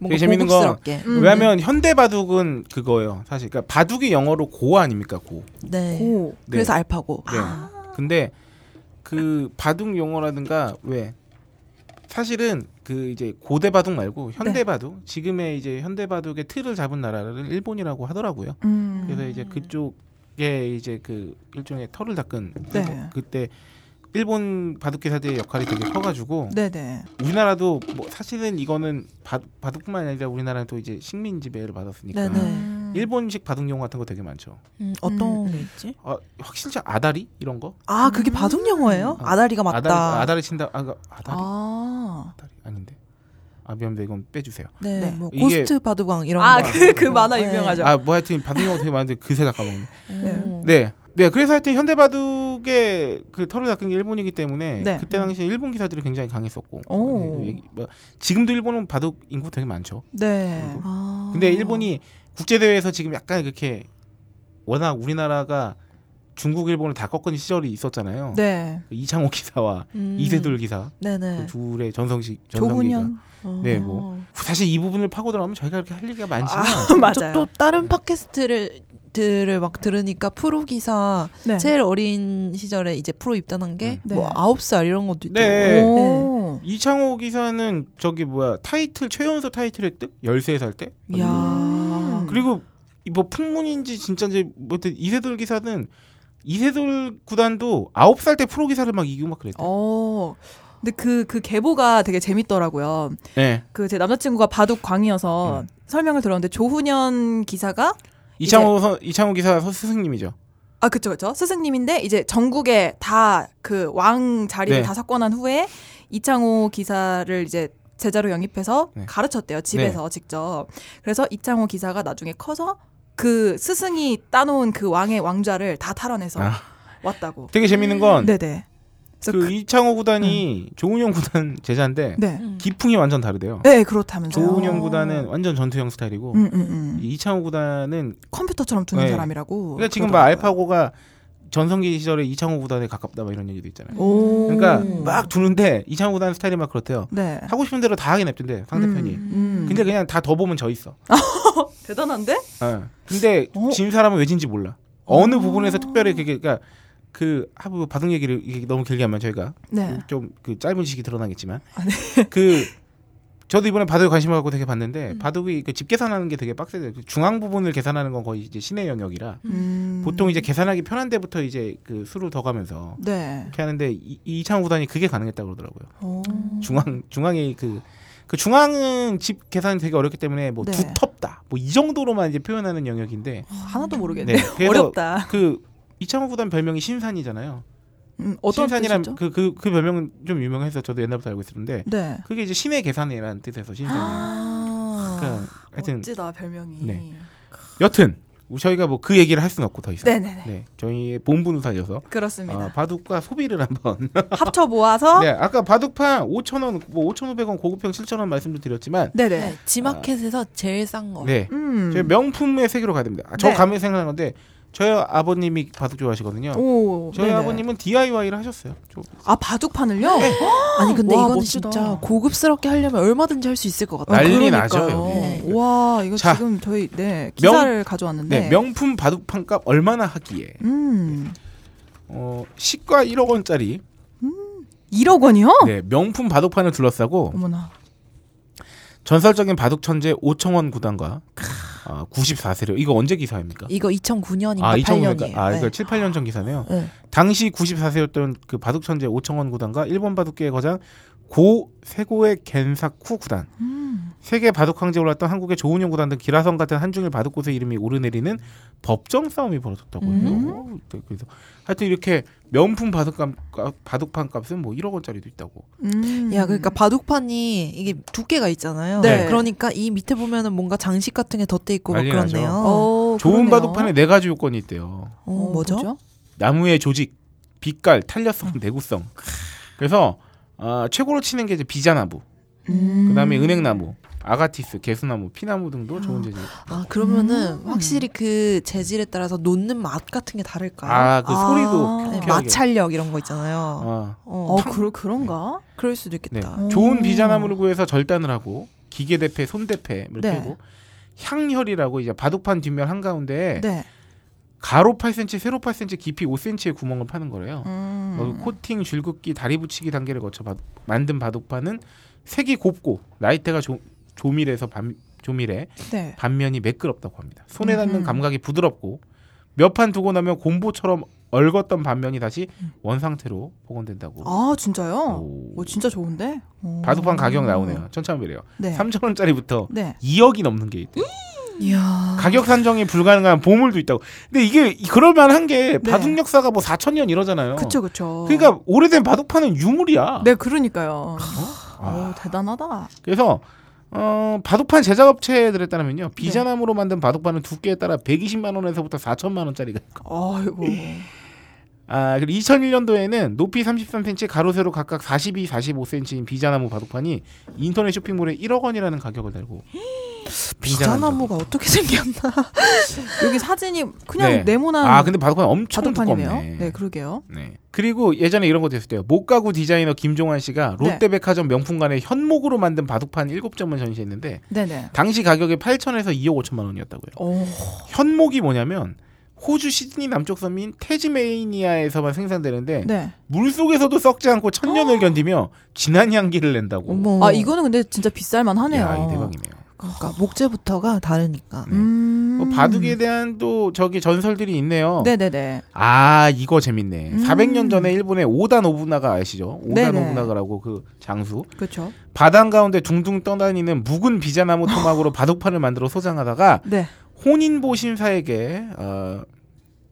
Speaker 6: 뭔가
Speaker 4: 재밌는 거.
Speaker 6: 고급스럽게.
Speaker 5: 음.
Speaker 4: 왜냐하면 현대 바둑은 그거예요. 사실 그러니까 바둑이 영어로 고 아닙니까 고.
Speaker 6: 네.
Speaker 5: 오.
Speaker 6: 그래서 알파고.
Speaker 4: 네.
Speaker 5: 아.
Speaker 4: 근데 그 바둑 용어라든가 왜 사실은 그 이제 고대 바둑 말고 현대
Speaker 5: 네.
Speaker 4: 바둑 지금의 이제 현대 바둑의 틀을 잡은 나라를 일본이라고 하더라고요.
Speaker 5: 음.
Speaker 4: 그래서 이제 그쪽에 이제 그 일종의 털을 닦은
Speaker 5: 네.
Speaker 4: 일본- 그때 일본 바둑 기사들의 역할이 되게 커가지고
Speaker 5: 네네.
Speaker 4: 우리나라도 뭐 사실은 이거는 바, 바둑뿐만 아니라 우리나라는 또 이제 식민 지배를 받았으니까
Speaker 6: 네네.
Speaker 5: 음.
Speaker 4: 일본식 바둑 용어 같은 거 되게 많죠.
Speaker 6: 음, 어떤
Speaker 5: 음.
Speaker 6: 게 있지?
Speaker 4: 아, 확실히 아다리 이런 거?
Speaker 6: 아 그게 바둑 영어예요? 아다리가 맞다.
Speaker 4: 아다리, 아다리 친다. 아, 그 아다리.
Speaker 5: 아.
Speaker 4: 다리 아닌데. 아 미안합니다. 이건 빼주세요.
Speaker 6: 네.
Speaker 5: 네.
Speaker 6: 뭐
Speaker 4: 이게-
Speaker 6: 고스트 바둑왕 이런 거.
Speaker 5: 아 그 그 만화
Speaker 6: 네.
Speaker 5: 유명하죠.
Speaker 4: 아 뭐 하여튼 바둑 용어 되게 많은데 그새 다 까먹네.
Speaker 6: 음.
Speaker 4: 네. 네, 그래서 하여튼 현대 바둑의 그 털을 닦은 게 일본이기 때문에
Speaker 5: 네.
Speaker 4: 그때 당시에 일본 기사들이 굉장히 강했었고
Speaker 5: 오.
Speaker 4: 네, 그 얘기- 뭐, 지금도 일본은 바둑 인구 되게 많죠.
Speaker 5: 네.
Speaker 6: 아.
Speaker 4: 근데 일본이 국제 대회에서 지금 약간 그렇게 워낙 우리나라가 중국 일본을 다 꺾은 시절이 있었잖아요.
Speaker 5: 네.
Speaker 4: 그 이창호 기사와
Speaker 6: 음.
Speaker 4: 이세돌 기사 그
Speaker 6: 네네. 어.
Speaker 4: 둘의 전성식 전성기가
Speaker 5: 조훈현.
Speaker 4: 네, 뭐. 사실 이 부분을 파고들어가면 저희가 그렇게 할 얘기가 많지만
Speaker 5: 맞아요.
Speaker 6: 또 다른 팟캐스트를 들을 막 들으니까 프로 기사
Speaker 5: 네.
Speaker 6: 제일 어린 시절에 이제 프로 입단한 게
Speaker 5: 네.
Speaker 6: 뭐 아홉 살 이런 것도 있죠.
Speaker 4: 음. 네.
Speaker 5: 오.
Speaker 4: 이창호 기사는 저기 뭐야 타이틀 최연소 타이틀 획득 13살 때
Speaker 6: 네. 야.
Speaker 4: 그리고 이뭐 풍문인지 진짜인지 뭐 하여튼 이세돌 기사는 이세돌 구단도 9살 때 프로 기사를 막 이기고 막 그랬대요.
Speaker 5: 어. 근데 그 그 개보가 되게 재밌더라고요.
Speaker 4: 네.
Speaker 5: 그 제 남자친구가 바둑광이어서
Speaker 4: 음.
Speaker 5: 설명을 들었는데 조훈현 기사가
Speaker 4: 이창호 선 이창호 기사 선- 스승님이죠.
Speaker 5: 아 그쵸 그쵸 스승님인데 이제 전국에 다 그 왕 자리를
Speaker 4: 네.
Speaker 5: 다 석권한 후에 이창호 기사를 이제 제자로 영입해서
Speaker 4: 네.
Speaker 5: 가르쳤대요 집에서 직접 그래서 이창호 기사가 나중에 커서 그 스승이 따놓은 그 왕의 왕좌를 다 탈환해서
Speaker 4: 아.
Speaker 5: 왔다고
Speaker 4: 되게 재밌는 건 그
Speaker 5: 음, 네네 그래서 그, 음.
Speaker 4: 이창호 구단이 조은영 구단 제자인데
Speaker 5: 네.
Speaker 6: 음.
Speaker 4: 기풍이 완전 다르대요.
Speaker 5: 네 그렇다면서요
Speaker 4: 조은영 구단은 완전 전투형 스타일이고
Speaker 5: 아. 음, 음, 음.
Speaker 4: 이 이창호 구단은
Speaker 5: 컴퓨터처럼 두는
Speaker 4: 네.
Speaker 5: 사람이라고
Speaker 4: 그러니까 지금 막
Speaker 5: 그러더라고요.
Speaker 4: 알파고가 전성기 시절에 이창호 구단에 가깝다 막 이런 얘기도 있잖아요.
Speaker 5: 오.
Speaker 4: 그러니까 막 두는데 이창호 구단 스타일이 막 그렇대요.
Speaker 5: 네
Speaker 4: 하고 싶은 대로 다 하게 냅둔대 상대편이.
Speaker 5: 음.
Speaker 4: 근데 그냥 다 더 보면 져 있어.
Speaker 5: 대단한데
Speaker 4: 어. 근데
Speaker 5: 어? 음.
Speaker 4: 진 사람은 왜진지 몰라. 어느 부분에서 특별히 그게 그러니까 그 하부 바둑 얘기를 이게 너무 길게 하면 저희가
Speaker 5: 네
Speaker 4: 좀 그 짧은 지식이 드러나겠지만
Speaker 5: 아,
Speaker 4: 그 저도 이번에 바둑에 관심을 갖고 되게
Speaker 5: 음.
Speaker 4: 봤는데 바둑이 그 집 계산하는 게 되게 빡세요. 그 중앙 부분을 계산하는 건 거의 이제 신의 영역이라
Speaker 5: 음.
Speaker 4: 보통 이제 계산하기 편한 데부터 이제 그 수를 더 가면서
Speaker 5: 네
Speaker 4: 이렇게 하는데 이, 이창호 구단이 그게 가능했다고 그러더라고요.
Speaker 5: 오.
Speaker 4: 중앙 중앙에 그, 그 중앙은 집 계산이 되게 어렵기 때문에 뭐
Speaker 5: 네.
Speaker 4: 두텁다 뭐 이 정도로만 이제 표현하는 영역인데
Speaker 5: 하나도
Speaker 4: 네,
Speaker 5: 모르겠네요.
Speaker 4: 그래서
Speaker 5: 어렵다.
Speaker 4: 그 이창호 구단 별명이 신산이잖아요.
Speaker 5: 음, 어떤
Speaker 4: 신산이란
Speaker 5: 뜻이죠?
Speaker 4: 그 그 그 별명은 좀 유명해서 저도 옛날부터 알고 있었는데
Speaker 5: 네.
Speaker 4: 그게 이제 신의 계산이라는 뜻에서 신산이에요.
Speaker 5: 아,
Speaker 4: 그러니까 하여튼
Speaker 5: 멋지다 별명이.
Speaker 4: 네. 여튼 저희가 뭐 그 얘기를 할 수는 없고 더 이상.
Speaker 5: 네네네.
Speaker 4: 네, 저희의 본분사여서
Speaker 5: 그렇습니다. 어?
Speaker 4: 아, 바둑과 소비를 한번.
Speaker 5: 합쳐 모아서
Speaker 4: 네, 아까 바둑판 5,000원, 뭐 5,500원, 고급형 7,000원 말씀도 드렸지만,
Speaker 5: 네. 네
Speaker 6: 네, 지마켓에서 제일 싼 거.
Speaker 4: 네,
Speaker 5: 음.
Speaker 4: 저희 명품의 세계로 가야 됩니다. 아, 저
Speaker 5: 네.
Speaker 4: 가면 생각난 건데, 저희 아버님이 바둑 좋아하시거든요.
Speaker 5: 오.
Speaker 4: 저희
Speaker 5: 네네.
Speaker 4: 아버님은 네. DIY를 하셨어요. 저-
Speaker 5: 아 바둑판을요?
Speaker 6: 아니 근데
Speaker 5: 와,
Speaker 6: 이건
Speaker 5: 멋지다.
Speaker 6: 진짜 고급스럽게 하려면 얼마든지 할 수 있을 것 같아요.
Speaker 4: 난리
Speaker 5: 그러니까요.
Speaker 4: 나죠, 여기.
Speaker 5: 네. 와 이거
Speaker 4: 자.
Speaker 5: 지금 저희 네 기사를
Speaker 4: 네,
Speaker 5: 가져왔는데.
Speaker 4: 명품 네. 바둑판 값 얼마나 하기에?
Speaker 5: 음.
Speaker 4: 어, 시가 1억 원짜리.
Speaker 5: 1억 원이요?
Speaker 4: 네, 명품 바둑판을 둘러싸고
Speaker 5: 어머나.
Speaker 4: 전설적인 바둑 천재 오청원 구단과 아, 94세력. 이거 언제 기사입니까?
Speaker 6: 이거 2009년인가
Speaker 4: 아,
Speaker 6: 8년이에요.
Speaker 4: 아, 이거 7, 8년 전 기사네요.
Speaker 6: 네.
Speaker 4: 당시 94세였던 그 바둑 천재 오청원 구단과 일본 바둑계의 거장 고 세고의 겐사쿠 구단,
Speaker 5: 음.
Speaker 4: 세계 바둑 황제에 올랐던 한국의 조은영 구단 등 기라성 같은 한중일 바둑 곳의 이름이 오르내리는 법정 싸움이 벌어졌다고요.
Speaker 5: 음.
Speaker 4: 네, 그래서 하여튼 이렇게 명품 바둑감 바둑판 값은 뭐 1억 원짜리도 있다고.
Speaker 5: 음.
Speaker 6: 야, 그러니까 바둑판이 이게 두께가 있잖아요.
Speaker 5: 네.
Speaker 6: 그러니까 이 밑에 보면은 뭔가 장식 같은 게 덧대 있고 막
Speaker 4: 난리 나죠.
Speaker 6: 그렇네요.
Speaker 5: 어,
Speaker 4: 좋은
Speaker 5: 그러네요.
Speaker 4: 바둑판에 네 가지 요건이 있대요.
Speaker 6: 어, 뭐죠?
Speaker 4: 나무의 조직, 빛깔, 탄력성,
Speaker 5: 음.
Speaker 4: 내구성. 그래서 아, 최고로 치는 게 이제 비자나무.
Speaker 5: 음.
Speaker 4: 그다음에 은행나무, 아가티스, 개수나무, 피나무 등도 좋은 재질.
Speaker 6: 아, 그러면은 확실히 그 재질에 따라서 놓는 맛 같은 게 다를까요?
Speaker 4: 아, 그
Speaker 5: 아.
Speaker 4: 소리도
Speaker 5: 네,
Speaker 6: 네,
Speaker 4: 기억이-
Speaker 6: 마찰력 이런 거 있잖아요.
Speaker 4: 아,
Speaker 5: 어,
Speaker 6: 어,
Speaker 5: 그러, 그런가?
Speaker 6: 그럴 수도
Speaker 5: 음.
Speaker 4: 네.
Speaker 6: 있겠다.
Speaker 4: 좋은 비자나무를 구해서 절단을 하고 기계 대패, 손 대패를
Speaker 5: 네.
Speaker 4: 빼고 향혈이라고 이제 바둑판 뒷면 한 가운데
Speaker 5: 네.
Speaker 4: 가로 8cm, 세로 8cm, 깊이 5cm의 구멍을 파는 거래요.
Speaker 5: 음.
Speaker 4: 어, 코팅, 줄긋기, 다리 붙이기 단계를 거쳐 바- 만든 바둑판은 색이 곱고 나이대가 조, 조밀해서 반, 조밀해
Speaker 5: 네.
Speaker 4: 반면이 매끄럽다고 합니다. 손에 닿는
Speaker 5: 음흠.
Speaker 4: 감각이 부드럽고 몇 판 두고 나면 곰보처럼 얼었던 반면이 다시
Speaker 5: 음.
Speaker 4: 원상태로 복원된다고.
Speaker 5: 아, 진짜요?
Speaker 4: 오.
Speaker 5: 오, 진짜 좋은데? 오.
Speaker 4: 바둑판 가격 나오네요. 천차만별이에요.
Speaker 5: 네.
Speaker 4: 3천 원짜리부터
Speaker 5: 네.
Speaker 4: 2억이 넘는 게 있대요.
Speaker 6: 이야.
Speaker 4: 가격 산정이 불가능한 보물도 있다고. 근데 이게 그럴만 한게
Speaker 5: 네.
Speaker 4: 바둑 역사가 뭐 4천 년 이러잖아요.
Speaker 5: 그쵸, 그쵸.
Speaker 4: 그러니까 오래된 바둑판은 유물이야.
Speaker 5: 네, 그러니까요.
Speaker 4: 아.
Speaker 5: 오, 대단하다.
Speaker 4: 그래서 어, 바둑판
Speaker 5: 네.
Speaker 4: 제작업체들에 따르면요. 비자나무로 만든 바둑판은 두께에 따라 120만 원에서부터 4천만 원짜리가
Speaker 5: 아이고.
Speaker 4: 예. 아, 그리고 2001년도에는 높이 33cm, 가로 세로 각각 42, 45cm인 비자나무 바둑판이 인터넷 쇼핑몰에 1억 원이라는 가격을 달고
Speaker 6: 비자나무가 어떻게 생겼나?
Speaker 5: 여기 사진이 그냥
Speaker 4: 네.
Speaker 5: 네모난
Speaker 4: 아, 근데 바둑판 엄청
Speaker 5: 바둑판이네요.
Speaker 4: 두껍네.
Speaker 5: 네, 그러게요.
Speaker 4: 네. 그리고 예전에 이런 것도 있었대요. 목가구 디자이너 김종환 씨가
Speaker 5: 네.
Speaker 4: 롯데백화점 명품관에 현목으로 만든 바둑판 7점을 전시했는데
Speaker 5: 네네.
Speaker 4: 당시 가격이 8천에서 2억 5천만 원이었다고요.
Speaker 5: 오.
Speaker 4: 현목이 뭐냐면 호주 시드니 남쪽 섬인 태즈메이니아에서만 생산되는데
Speaker 5: 네. 어.
Speaker 4: 물 속에서도 썩지 않고 천년을 견디며 진한 향기를 낸다고.
Speaker 6: 어머.
Speaker 5: 아, 이거는 근데 진짜 비쌀만 하네요.
Speaker 4: 야, 이 대박이네요.
Speaker 6: 그러니까 목재부터가 다르니까.
Speaker 4: 네.
Speaker 5: 음.
Speaker 4: 어, 바둑에 대한 또 저기 전설들이 있네요.
Speaker 5: 네네네.
Speaker 4: 아 이거 재밌네.
Speaker 5: 음.
Speaker 4: 400년 전에 일본의 오다 노부나가 아시죠? 오다
Speaker 5: 네네.
Speaker 4: 노부나가라고 그 장수.
Speaker 5: 그렇죠.
Speaker 4: 바당 가운데 둥둥 떠다니는 묵은 비자나무 토막으로 바둑판을 만들어 소장하다가
Speaker 5: 네.
Speaker 4: 혼인보 신사에게 어,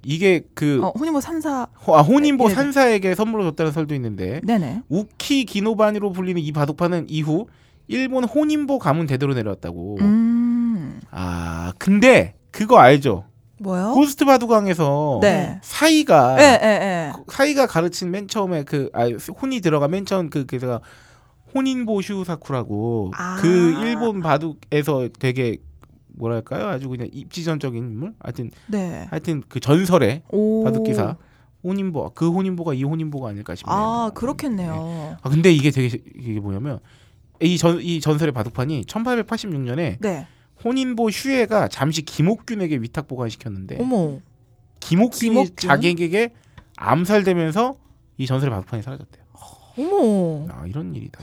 Speaker 4: 이게 그
Speaker 5: 어, 혼인모 산사.
Speaker 4: 호- 아, 혼인보
Speaker 5: 네, 네.
Speaker 4: 산사에게 선물로 줬다는 설도 있는데
Speaker 5: 네네.
Speaker 4: 우키 기노반이로 불리는 이 바둑판은 이후 일본 혼인보 가문 대대로 내려왔다고.
Speaker 5: 음.
Speaker 4: 아 근데 그거 알죠?
Speaker 6: 뭐요?
Speaker 4: 호스트 바둑왕에서
Speaker 5: 어? 네.
Speaker 4: 사이가
Speaker 5: 예, 예, 예.
Speaker 4: 그 사이가 가르친 맨 처음에 그 아, 혼이 들어가 맨 처음 그 그가 혼인보슈 사쿠라고
Speaker 6: 아.
Speaker 4: 그 일본 바둑에서 되게 뭐랄까요 아주 그냥 입지전적인 인물 하여튼
Speaker 5: 네.
Speaker 4: 하여튼 그 전설의
Speaker 5: 오.
Speaker 4: 바둑 기사 혼인보 그 혼인보가 이 혼인보가 아닐까 싶네요.
Speaker 5: 아, 그렇겠네요.
Speaker 4: 아, 근데 이게 되게 시- 이게 뭐냐면 이 전 이 전설의 바둑판이 1886년에
Speaker 5: 네.
Speaker 4: 혼인보 슈에가 잠시 김옥균에게 위탁 보관시켰는데
Speaker 6: 어머.
Speaker 4: 김옥균이
Speaker 6: 김옥균?
Speaker 4: 자객에게 암살되면서 이 전설의 바둑판이 사라졌대요.
Speaker 6: 어머.
Speaker 4: 아 이런 일이다.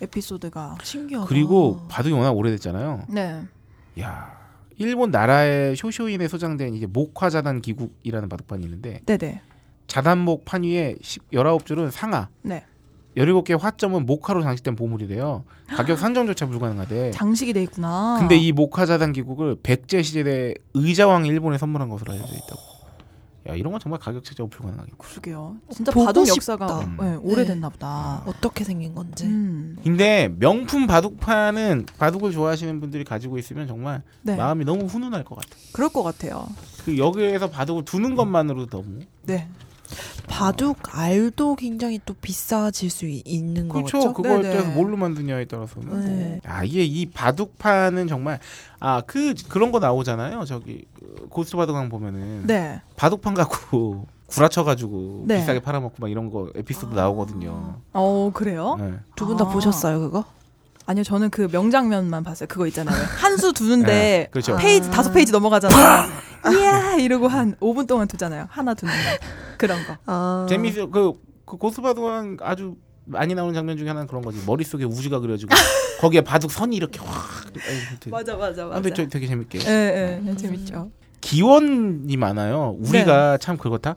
Speaker 5: 에피소드가.
Speaker 6: 신기하다.
Speaker 4: 그리고 바둑이 워낙 오래됐잖아요.
Speaker 5: 네.
Speaker 4: 야 일본 나라의 쇼쇼인에 소장된 이제 목화자단 기국이라는 바둑판이 있는데
Speaker 5: 네네.
Speaker 4: 자단목 판 위에 10, 19줄은 상하,
Speaker 5: 네.
Speaker 4: 17개의 화점은 목화로 장식된 보물이래요. 가격 산정조차 불가능하대.
Speaker 5: 장식이 돼 있구나.
Speaker 4: 근데 이 목화자단 기국을 백제 시대 의자왕 일본에 선물한 것으로 알려져 있다고. 야 이런 건 정말 가격 책정 어플 가능하게.
Speaker 5: 그러게요. 진짜
Speaker 6: 보고
Speaker 5: 바둑
Speaker 6: 싶다.
Speaker 5: 역사가
Speaker 6: 음.
Speaker 5: 네, 오래됐나 보다.
Speaker 6: 어떻게 생긴 건지.
Speaker 5: 음.
Speaker 4: 근데 명품 바둑판은 바둑을 좋아하시는 분들이 가지고 있으면 정말
Speaker 5: 네.
Speaker 4: 마음이 너무 훈훈할 것 같아.
Speaker 5: 그럴 것 같아요.
Speaker 4: 그 여기에서 바둑을 두는 것만으로도 너무.
Speaker 5: 네.
Speaker 6: 바둑 알도 굉장히 또 비싸질 수 이- 있는
Speaker 4: 그렇죠.
Speaker 6: 거죠.
Speaker 4: 그거에
Speaker 5: 네네.
Speaker 4: 따라서 뭘로 만드냐에 따라서는.
Speaker 6: 네.
Speaker 4: 아 이게 이 바둑판은 정말 아 그 그런 거 나오잖아요. 저기 그 고스트 바둑왕 보면은
Speaker 5: 네.
Speaker 4: 바둑판 갖고 구라쳐가지고
Speaker 5: 네.
Speaker 4: 비싸게 팔아먹고 막 이런 거 에피소드 나오거든요.
Speaker 5: 어 그래요?
Speaker 4: 네.
Speaker 6: 두 분 다
Speaker 5: 아.
Speaker 6: 보셨어요 그거?
Speaker 5: 아니요 저는 그 명장면만 봤어요. 그거 있잖아요. 한 수 두는데
Speaker 4: 네, 그렇죠.
Speaker 5: 페이지
Speaker 6: 아.
Speaker 5: 다섯 페이지 넘어가잖아요. 이야 이러고 한 5분 동안 두잖아요. 하나 두는 거. 그런 거.
Speaker 6: 아.
Speaker 4: 재미있어. 그, 그 고스트 바둑왕 아주 많이 나오는 장면 중에 하나는 그런 거지. 머릿속에 우주가 그려지고 거기에 바둑 선이 이렇게 확. 아니,
Speaker 5: 맞아 맞아 맞아.
Speaker 4: 근데 저 되게 재밌게.
Speaker 5: 예, 예, 재밌죠.
Speaker 4: 기원이 많아요. 우리가
Speaker 5: 네.
Speaker 4: 참 그렇다.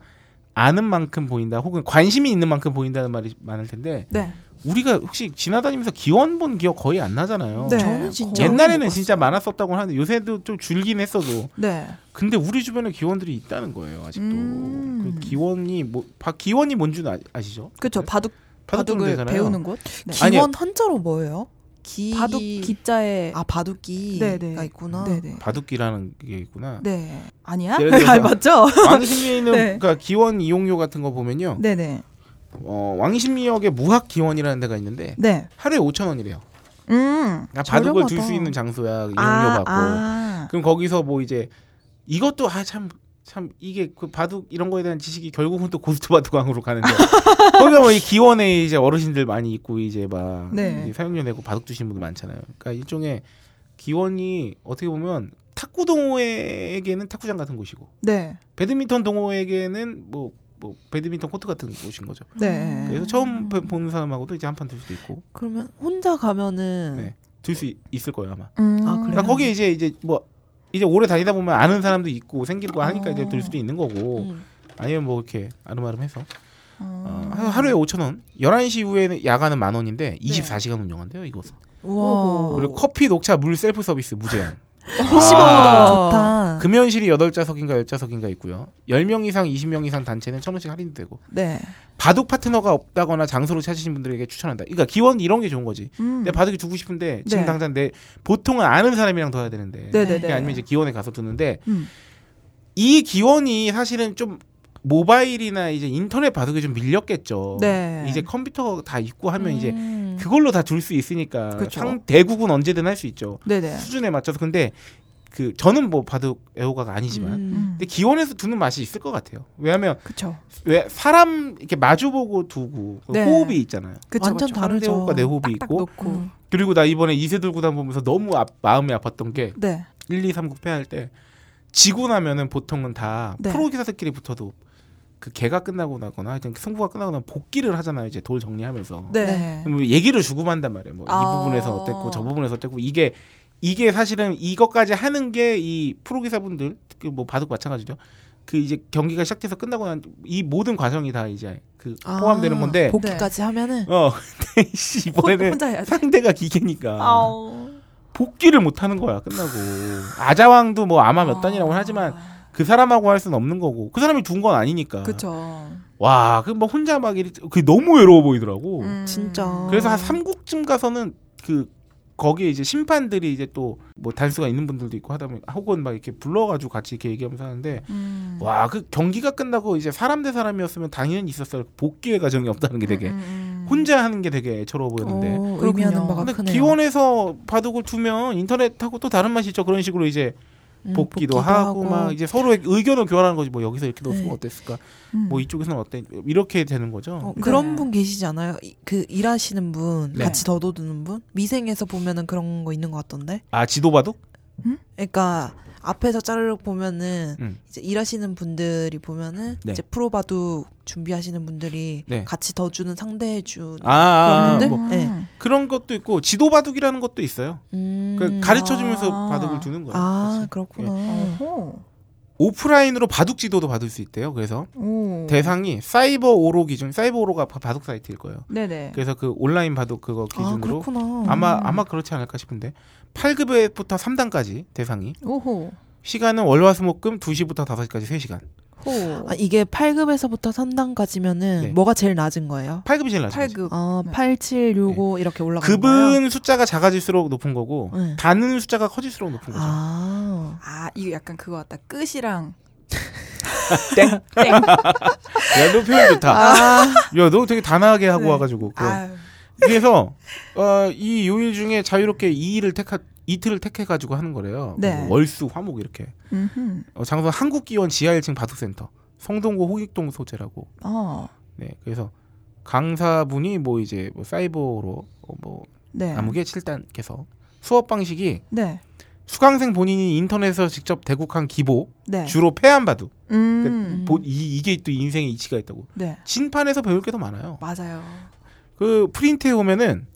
Speaker 4: 아는 만큼 보인다. 혹은 관심이 있는 만큼 보인다는 말이 많을 텐데
Speaker 5: 네.
Speaker 4: 우리가 혹시 지나다니면서 기원 본 기억 거의 안 나잖아요.
Speaker 5: 네.
Speaker 6: 저는 진짜
Speaker 4: 어. 옛날에는 진짜 많았었다고 하는데 요새도 좀 줄긴 했어도
Speaker 5: 네.
Speaker 4: 근데 우리 주변에 기원들이 있다는 거예요 아직도
Speaker 5: 음.
Speaker 4: 그 기원이 뭐 바, 기원이 뭔 줄 아, 시죠
Speaker 5: 그렇죠. 바둑
Speaker 4: 바둑을
Speaker 5: 바둑을
Speaker 4: 되잖아요.
Speaker 5: 배우는 곳. 네.
Speaker 4: 아니-
Speaker 6: 기원 한자로 뭐예요? 기
Speaker 5: 바둑 기자에
Speaker 6: 아 바둑기가
Speaker 5: 네네.
Speaker 6: 있구나.
Speaker 5: 네네.
Speaker 4: 바둑기라는 게 있구나.
Speaker 5: 네. 아니야?
Speaker 4: 아. 예를 들어서-
Speaker 5: 아, 맞죠?
Speaker 4: 왕심리에 있는
Speaker 5: 네.
Speaker 4: 그러니까 기원 이용료 같은 거 보면요.
Speaker 5: 네네.
Speaker 4: 어, 왕심리역에 무학 기원이라는 데가 있는데
Speaker 5: 네.
Speaker 4: 하루에 5천 원이래요.
Speaker 5: 음.
Speaker 4: 그러니까 바둑을
Speaker 6: 저렴하다.
Speaker 4: 둘 수 있는 장소야 이용료
Speaker 5: 아,
Speaker 4: 받고.
Speaker 5: 아.
Speaker 4: 그럼 거기서 뭐 이제 이것도 아 참 참 이게 그 바둑 이런 거에 대한 지식이 결국은 또 고스트 바둑왕으로 가는데 거기가 뭐이 기원에 이제 어르신들 많이 있고 이제 막
Speaker 5: 네.
Speaker 4: 이제 사용료 내고 바둑 두시는 분들 많잖아요. 그러니까 일종의 기원이 어떻게 보면 탁구 동호회에게는 탁구장 같은 곳이고
Speaker 5: 네.
Speaker 4: 배드민턴 동호회에게는 뭐, 뭐 배드민턴 코트 같은 곳인 거죠.
Speaker 5: 네.
Speaker 4: 그래서 처음 보- 보는 사람하고도 이제 한 판 들 수도 있고
Speaker 6: 그러면 혼자 가면은
Speaker 4: 네. 들 수 있을 거예요 아마.
Speaker 5: 음.
Speaker 6: 아, 그래요?
Speaker 4: 그러니까 거기에 이제 이제 뭐 이제 오래 다니다 보면 아는 사람도 있고 생기고 하니까
Speaker 5: 어.
Speaker 4: 이제 들 수도 있는 거고
Speaker 6: 음.
Speaker 4: 아니면 뭐 이렇게 아름아름해서 어,
Speaker 5: 어.
Speaker 4: 하- 하루에 5천 원, 11시 이후에는 야간은 만
Speaker 5: 네.
Speaker 4: 원인데 24시간 운영한대요 이곳은.
Speaker 5: 어.
Speaker 6: 우와.
Speaker 4: 그리고 커피, 녹차, 물 셀프 서비스 무제한.
Speaker 6: 아,
Speaker 4: 아.
Speaker 5: 어.
Speaker 6: 좋다.
Speaker 4: 금연실이 8좌석인가 10좌석인가 있고요. 10명 이상, 20명 이상 단체는 1,000원씩 할인되고
Speaker 5: 네.
Speaker 4: 바둑 파트너가 없다거나 장소를 찾으신 분들에게 추천한다. 그러니까 기원 이런 게 좋은 거지.
Speaker 5: 음.
Speaker 4: 내 네, 바둑이 두고 싶은데 지금
Speaker 5: 네.
Speaker 4: 당장 내 보통은 아는 사람이랑 둬야 되는데
Speaker 5: 네네네.
Speaker 4: 그게 아니면 이제 기원에 가서 두는데
Speaker 5: 음.
Speaker 4: 이 기원이 사실은 좀 모바일이나 이제 인터넷 바둑이 좀 밀렸겠죠.
Speaker 5: 네.
Speaker 4: 이제 컴퓨터 다 있고 하면 이제
Speaker 6: 음.
Speaker 4: 그걸로 다 둘 수 있으니까
Speaker 5: 그쵸.
Speaker 4: 상 대국은 언제든 할 수 있죠.
Speaker 5: 네네.
Speaker 4: 수준에 맞춰서 근데 그 저는 뭐 바둑 애호가가 아니지만
Speaker 6: 음.
Speaker 5: 음.
Speaker 4: 근데 기원에서 두는 맛이 있을 것 같아요. 왜냐하면
Speaker 5: 그쵸.
Speaker 4: 왜 사람 이렇게 마주보고 두고 그
Speaker 5: 네.
Speaker 4: 호흡이 있잖아요.
Speaker 5: 그쵸.
Speaker 6: 완전
Speaker 5: 그쵸.
Speaker 4: 상대
Speaker 6: 다르죠.
Speaker 4: 호흡과 내 호흡이
Speaker 5: 딱
Speaker 4: 있고
Speaker 5: 놓고.
Speaker 6: 음.
Speaker 4: 그리고 나 이번에 이세돌 구단 보면서 너무 아- 마음이 아팠던 게
Speaker 5: 네.
Speaker 4: 1, 2, 3국 패할 때 지고 나면은 보통은 다
Speaker 5: 네.
Speaker 4: 프로 기사들끼리 붙어도 그 개가 끝나고 나거나 하여튼 승부가 끝나고 나면 복귀를 하잖아요. 이제 돌 정리하면서
Speaker 5: 네.
Speaker 4: 뭐 얘기를 주고 만단 말이에요. 뭐 이
Speaker 5: 아.
Speaker 4: 부분에서 어땠고 저 부분에서 어땠고 이게 이게 사실은 이것까지 하는 게 이 프로 기사분들 그 뭐 바둑 마찬가지죠. 그 이제 경기가 시작돼서 끝나고 난 이 모든 과정이 다 이제 그
Speaker 6: 아,
Speaker 4: 포함되는 건데
Speaker 6: 복귀까지 하면은
Speaker 4: 어 근데 씨,
Speaker 5: 혼,
Speaker 4: 이번에는
Speaker 5: 혼자 해야 돼.
Speaker 4: 상대가 기계니까
Speaker 5: 아우.
Speaker 4: 복귀를 못 하는 거야 끝나고 아자왕도 뭐 아마 몇 단이라고 하지만 그 사람하고 할 수는 없는 거고 그 사람이 둔 건 아니니까
Speaker 5: 그쵸.
Speaker 4: 와그 뭐 혼자 막 이리 그 너무 외로워 보이더라고
Speaker 5: 음.
Speaker 6: 진짜.
Speaker 4: 그래서 한 3국쯤 가서는 그 거기에 이제 심판들이 이제 또 뭐 단수가 있는 분들도 있고 하다 보니 혹은 막 이렇게 불러가지고 같이 이렇게 얘기하면서 하는데
Speaker 5: 음.
Speaker 4: 와 그 경기가 끝나고 이제 사람 대 사람이었으면 당연히 있었을 복귀의 과정이 없다는 게 되게
Speaker 5: 음.
Speaker 4: 혼자 하는 게 되게 애처로워 보였는데
Speaker 6: 어,
Speaker 5: 그렇군요.
Speaker 6: 의미하는 바가
Speaker 4: 근데
Speaker 6: 크네요.
Speaker 4: 기원에서 바둑을 두면 인터넷하고 또 다른 맛이 있죠. 그런 식으로 이제
Speaker 6: 음,
Speaker 4: 복귀도 하고, 막 이제 서로의 의견을 교환하는 거지. 뭐 여기서 이렇게 넣었으면
Speaker 6: 네.
Speaker 4: 어땠을까?
Speaker 5: 음.
Speaker 4: 뭐 이쪽에서는 어때? 이렇게 되는 거죠.
Speaker 6: 어,
Speaker 5: 네.
Speaker 6: 그런 분 계시지 않아요? 이- 그 일하시는 분
Speaker 4: 네.
Speaker 6: 같이 더도드는 분 미생에서 보면은 그런 거 있는 것 같던데.
Speaker 4: 아 지도 바둑?
Speaker 6: 그러니까 앞에서 자르륵 보면은
Speaker 4: 음.
Speaker 6: 이제 일하시는 분들이 보면은
Speaker 4: 네.
Speaker 6: 이제 프로바둑 준비하시는 분들이
Speaker 4: 네.
Speaker 6: 같이 더 주는 상대해 주는
Speaker 4: 아, 아, 아
Speaker 6: 그런 분들?
Speaker 5: 음.
Speaker 4: 뭐
Speaker 6: 네.
Speaker 4: 그런 것도 있고 지도 바둑이라는 것도 있어요.
Speaker 6: 음.
Speaker 4: 그 가르쳐 주면서
Speaker 5: 아.
Speaker 4: 바둑을 두는 거예요.
Speaker 6: 아
Speaker 4: 사실.
Speaker 6: 그렇구나.
Speaker 4: 예.
Speaker 5: 어허.
Speaker 4: 오프라인으로 바둑 지도도 받을 수 있대요. 그래서
Speaker 6: 어.
Speaker 5: 오.
Speaker 4: 대상이 사이버 오로 기준, 사이버 오로가 바- 바둑 사이트일 거예요.
Speaker 5: 네네.
Speaker 4: 그래서 그 온라인 바둑 그거
Speaker 6: 아
Speaker 4: 기준으로
Speaker 6: 그렇구나. 음.
Speaker 4: 아마 아마 그렇지 않을까 싶은데 8급부터 3단까지 대상이
Speaker 5: 오호.
Speaker 4: 시간은 월화수목금 2시부터 5시까지 3시간
Speaker 5: 호.
Speaker 6: 아, 이게 8급에서부터 3단까지면은
Speaker 4: 네.
Speaker 6: 뭐가 제일 낮은 거예요?
Speaker 4: 8급이 제일 낮아요.
Speaker 5: 8급.
Speaker 6: 어, 8, 7,
Speaker 4: 네.
Speaker 6: 6, 5 이렇게 올라가는 거예요?
Speaker 4: 급은 숫자가 작아질수록 높은 거고
Speaker 6: 네.
Speaker 4: 단은 숫자가 커질수록 높은 거죠.
Speaker 6: 아.
Speaker 5: 아, 이거 약간 그거 같다. 끝이랑
Speaker 4: 야, 너 표현 좋다.
Speaker 6: 아.
Speaker 4: 야, 너 되게 단아하게 하고
Speaker 5: 네.
Speaker 4: 와가지고. 그럼.
Speaker 5: 아,
Speaker 4: 그래서 어, 이 요일 중에 자유롭게 이일을 택하 이틀을 택해가지고 하는 거래요.
Speaker 5: 네.
Speaker 4: 뭐 월수 화목 이렇게.
Speaker 5: 음.
Speaker 4: 어, 장소 한국 기원 지하 1층 바둑센터 성동구 호익동 소재라고.
Speaker 5: 어.
Speaker 4: 네. 그래서 강사분이 뭐 이제 뭐 사이버로 어, 뭐
Speaker 5: 네.
Speaker 4: 암흑의 7단께서 수업 방식이
Speaker 5: 네.
Speaker 4: 수강생 본인이 인터넷에서 직접 대국한 기보
Speaker 5: 네.
Speaker 4: 주로 패한 바둑.
Speaker 5: 음.
Speaker 4: 보- 이, 이게 또 인생의 이치가 있다고.
Speaker 5: 네.
Speaker 4: 진판에서 배울 게 더 많아요.
Speaker 5: 맞아요.
Speaker 4: 그 프린트에 보면은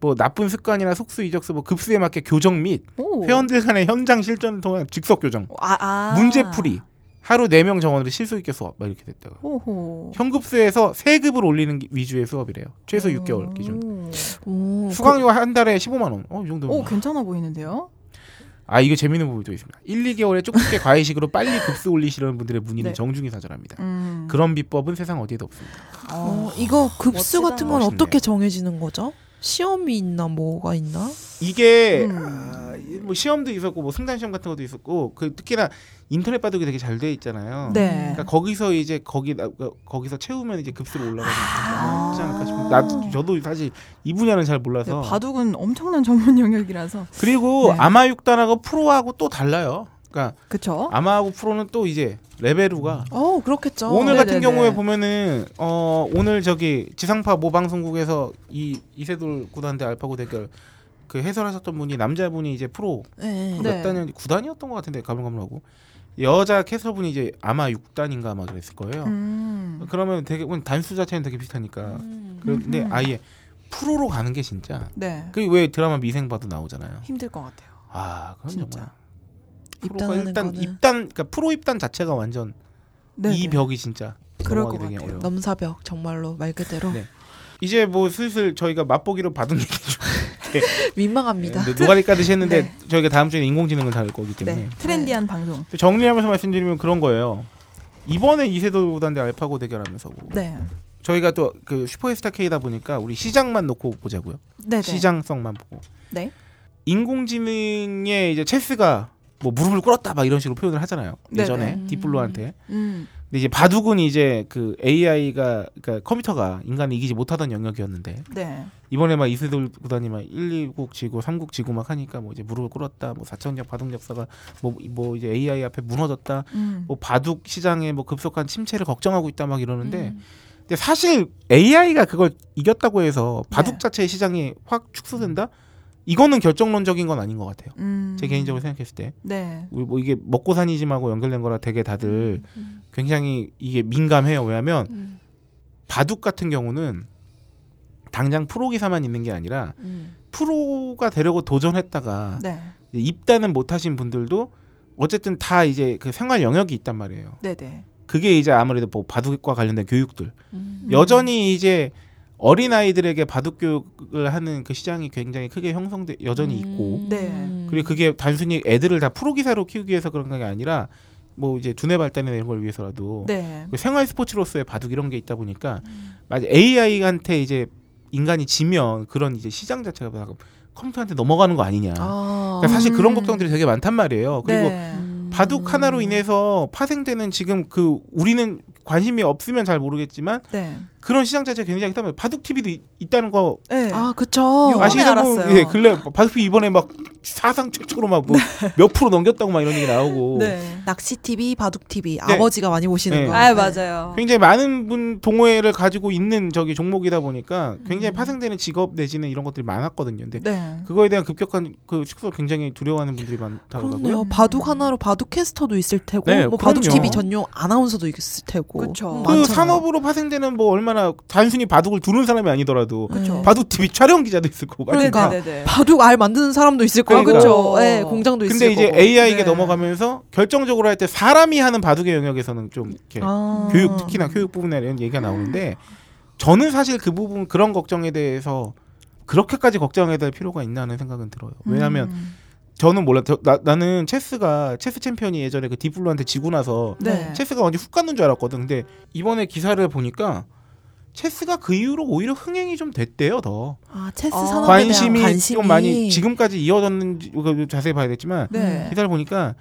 Speaker 4: 뭐 나쁜 습관이나 속수 이적수 뭐 급수에 맞게 교정 및
Speaker 5: 오.
Speaker 4: 회원들 간의 현장 실전을 통한 즉석 교정
Speaker 5: 아, 아.
Speaker 4: 문제풀이 하루 4명 정원으로 실수 있게 수업 막 이렇게 됐다고
Speaker 5: 호호.
Speaker 4: 현급수에서 세급을 올리는 기- 위주의 수업이래요 최소 6개월 기준
Speaker 5: 음.
Speaker 4: 그
Speaker 5: 오. 그
Speaker 6: 오,
Speaker 4: 수강료가 한 달에 15만 원어이 정도면
Speaker 5: 오, 그 괜찮아 보이는데요?
Speaker 4: 아 이거 재밌는 부분이 또 있습니다 1, 2개월에 조금씩 과외식으로 빨리 급수 올리시려는 분들의 문의는
Speaker 5: 네.
Speaker 4: 정중히 사절합니다
Speaker 5: 음. 아.
Speaker 4: 그런 비법은 세상 어디에도 없습니다
Speaker 6: 어, 이거 급수
Speaker 5: 멋지다.
Speaker 6: 같은 건
Speaker 4: 멋있네요.
Speaker 6: 어떻게 정해지는 거죠? 시험이 있나 뭐가 있나?
Speaker 4: 이게
Speaker 5: 음.
Speaker 4: 아, 이뭐 시험도 있었고 뭐 승단 시험 같은 것도 있었고 그 특히나 인터넷 바둑이 되게 잘 돼 있잖아요.
Speaker 5: 네.
Speaker 4: 그러니까 거기서 이제 거기 나- 그- 거기서 채우면 이제 급수로 올라가는 아~ 하지 않을까 싶은데 나 저도 사실 이 분야는 잘
Speaker 5: 네,
Speaker 4: 몰라서
Speaker 5: 바둑은 엄청난 전문 영역이라서.
Speaker 4: 그리고
Speaker 5: 네.
Speaker 4: 아마 육단하고 프로하고 또 달라요. 그러니까
Speaker 5: 그쵸?
Speaker 4: 아마하고 프로는 또 이제 레벨우가
Speaker 6: 어, 그렇겠죠.
Speaker 4: 오늘
Speaker 5: 네네네.
Speaker 4: 같은 경우에 보면은 어 오늘 저기 지상파 모방송국에서 이 이세돌 구단 대 알파고 대결 그 해설하셨던 분이 남자분이 이제 프로
Speaker 6: 네.
Speaker 5: 네.
Speaker 4: 몇 단이었는지 9단이었던 것 같은데 가물가물하고 여자 캐서분이 이제 아마 6단인가 아마 그랬을 거예요.
Speaker 5: 음.
Speaker 4: 어. 그러면 되게 뭐 단수 자체는 되게 비슷하니까
Speaker 6: 음.
Speaker 4: 그런데
Speaker 5: 음.
Speaker 4: 아예 프로로 가는 게 진짜
Speaker 5: 네.
Speaker 4: 그 왜 드라마 미생봐도 나오잖아요.
Speaker 5: 힘들 것 같아요.
Speaker 4: 아 그건
Speaker 5: 진짜.
Speaker 4: 정말 프로가
Speaker 6: 입단하는
Speaker 4: 일단
Speaker 6: 거는.
Speaker 4: 입단 그러니까 프로 입단 자체가 완전
Speaker 5: 네.
Speaker 4: 이 벽이 진짜
Speaker 5: 그럴 것
Speaker 4: 넘어가기 되게
Speaker 5: 같아요.
Speaker 4: 어려워.
Speaker 6: 넘사벽 정말로 말 그대로
Speaker 4: 네. 이제 뭐 슬슬 저희가 맛보기로 받은 얘기 좀
Speaker 6: 민망합니다.
Speaker 4: 근데 노가리 까듯이 했는데
Speaker 5: 네.
Speaker 4: 저희가 다음 주에 인공지능을 다룰 거기
Speaker 5: 네.
Speaker 4: 때문에
Speaker 5: 트렌디한 방송.
Speaker 4: 정리하면서 말씀드리면 그런 거예요. 이번에 이세돌 단대 알파고 대결하면서
Speaker 5: 네.
Speaker 4: 저희가 또 그 슈퍼스타 K다 보니까 우리 시장만 놓고 보자고요.
Speaker 5: 네.
Speaker 4: 시장성만 보고
Speaker 5: 네.
Speaker 4: 인공지능의 이제 체스가 뭐 무릎을 꿇었다 막 이런 식으로 표현을 하잖아요.
Speaker 5: 네네.
Speaker 4: 예전에 딥블루한테.
Speaker 5: 음.
Speaker 4: 근데 이제 바둑은 이제 그 AI가 그러니까 컴퓨터가 인간을 이기지 못하던 영역이었는데
Speaker 5: 네.
Speaker 4: 이번에 막 이세돌 구단이 막 1, 2국 지고 3국 지고 막 하니까 뭐 이제 무릎을 꿇었다. 뭐 4천년 바둑 역사가 뭐 뭐 이제 AI 앞에 무너졌다.
Speaker 5: 음.
Speaker 4: 뭐 바둑 시장의 뭐 급속한 침체를 걱정하고 있다 막 이러는데
Speaker 5: 음.
Speaker 4: 근데 사실 AI가 그걸 이겼다고 해서 바둑
Speaker 5: 네.
Speaker 4: 자체의 시장이 확 축소된다? 이거는 결정론적인 건 아닌 것 같아요.
Speaker 5: 음.
Speaker 4: 제 개인적으로 생각했을 때.
Speaker 5: 네.
Speaker 4: 우리 뭐 이게 먹고 사니즘하고 연결된 거라 되게 다들 굉장히 이게 민감해요. 왜냐하면
Speaker 6: 음.
Speaker 4: 바둑 같은 경우는 당장 프로 기사만 있는 게 아니라
Speaker 6: 음.
Speaker 4: 프로가 되려고 도전했다가
Speaker 5: 네.
Speaker 4: 이제 입단은 못 하신 분들도 어쨌든 다 이제 그 생활 영역이 있단 말이에요.
Speaker 5: 네, 네.
Speaker 4: 그게 이제 아무래도 뭐 바둑과 관련된 교육들
Speaker 6: 음.
Speaker 4: 여전히 이제 어린 아이들에게 바둑 교육을 하는 그 시장이 굉장히 크게 형성돼 여전히 있고
Speaker 6: 음.
Speaker 5: 네.
Speaker 4: 그리고 그게 단순히 애들을 다 프로 기사로 키우기 위해서 그런 게 아니라 뭐 이제 두뇌 발달이나 이런 걸 위해서라도
Speaker 5: 네. 음.
Speaker 4: 그 생활 스포츠로서의 바둑 이런 게 있다 보니까 맞아 AI한테 이제 인간이 지면 그런 이제 시장 자체가 막 컴퓨터한테 넘어가는 거 아니냐
Speaker 6: 아.
Speaker 4: 그러니까 사실 그런
Speaker 5: 음.
Speaker 4: 걱정들이 되게 많단 말이에요 그리고
Speaker 5: 네.
Speaker 6: 음.
Speaker 4: 바둑 하나로 인해서 파생되는 지금 그 우리는 관심이 없으면 잘 모르겠지만
Speaker 5: 네.
Speaker 4: 그런 시장 자체가 굉장히 있다면 바둑 TV도 있다는 거
Speaker 5: 네.
Speaker 6: 아, 그쵸.
Speaker 5: 요번에
Speaker 4: 아시죠?
Speaker 5: 알았어요.
Speaker 4: 예, 근래 바둑 TV 이번에 막 사상 최초로 막뭐 몇 프로 넘겼다고 막 이런 얘기 나오고
Speaker 5: 네.
Speaker 6: 낚시 TV, 바둑 TV.
Speaker 4: 네.
Speaker 6: 아버지가 많이 보시는
Speaker 4: 네.
Speaker 6: 거.
Speaker 5: 아, 맞아요.
Speaker 4: 굉장히 많은 분 동호회를 가지고 있는 저기 종목이다 보니까
Speaker 6: 음.
Speaker 4: 굉장히 파생되는 직업 내지는 이런 것들이 많았거든요. 근데
Speaker 5: 네.
Speaker 4: 그거에 대한 급격한 그 축소를 굉장히 두려워하는 분들이 많다고 하고요.
Speaker 6: 아, 그렇네요. 바둑 하나로 바둑 캐스터도 있을 테고,
Speaker 4: 네,
Speaker 6: 뭐
Speaker 4: 그럼요.
Speaker 6: 바둑 TV 전용 아나운서도 있을 테고.
Speaker 5: 그쵸.
Speaker 6: 음,
Speaker 4: 그
Speaker 6: 많잖아요.
Speaker 4: 산업으로 파생되는 뭐 얼마나 단순히 바둑을 두는 사람이 아니더라도
Speaker 5: 그쵸.
Speaker 4: 바둑 TV 촬영 기자도 있을 거고.
Speaker 6: 네. 그러니까.
Speaker 5: 음. 네, 네.
Speaker 6: 바둑 알 만드는 사람도 있을 거고.
Speaker 4: 그러니까.
Speaker 5: 그쵸.
Speaker 6: 네, 공장도 있을
Speaker 4: 근데 이제
Speaker 6: 거고.
Speaker 4: AI가
Speaker 5: 네.
Speaker 4: 넘어가면서 결정적으로 할 때 사람이 하는 바둑의 영역에서는 좀 이렇게
Speaker 5: 어.
Speaker 6: 아.
Speaker 4: 교육 특히나 교육 부분에 이런 얘기가 나오는데 저는 사실 그 부분 그런 걱정에 대해서 그렇게까지 걱정해야 될 필요가 있나 하는 생각은 들어요. 왜냐하면
Speaker 5: 음.
Speaker 4: 저는 몰라. 저, 나, 나는 체스가 체스 챔피언이 예전에 그 디플로한테 지고 나서
Speaker 5: 네.
Speaker 4: 체스가 완전 훅 가는 줄 알았거든. 근데 이번에 기사를 보니까 체스가 그 이후로 오히려 흥행이 좀 됐대요 더.
Speaker 6: 아 체스
Speaker 5: 어.
Speaker 6: 산업에
Speaker 4: 관심이,
Speaker 6: 대한 관심이
Speaker 4: 좀 많이 지금까지 이어졌는지 그거 자세히 봐야겠지만
Speaker 5: 네.
Speaker 4: 음, 기사를 보니까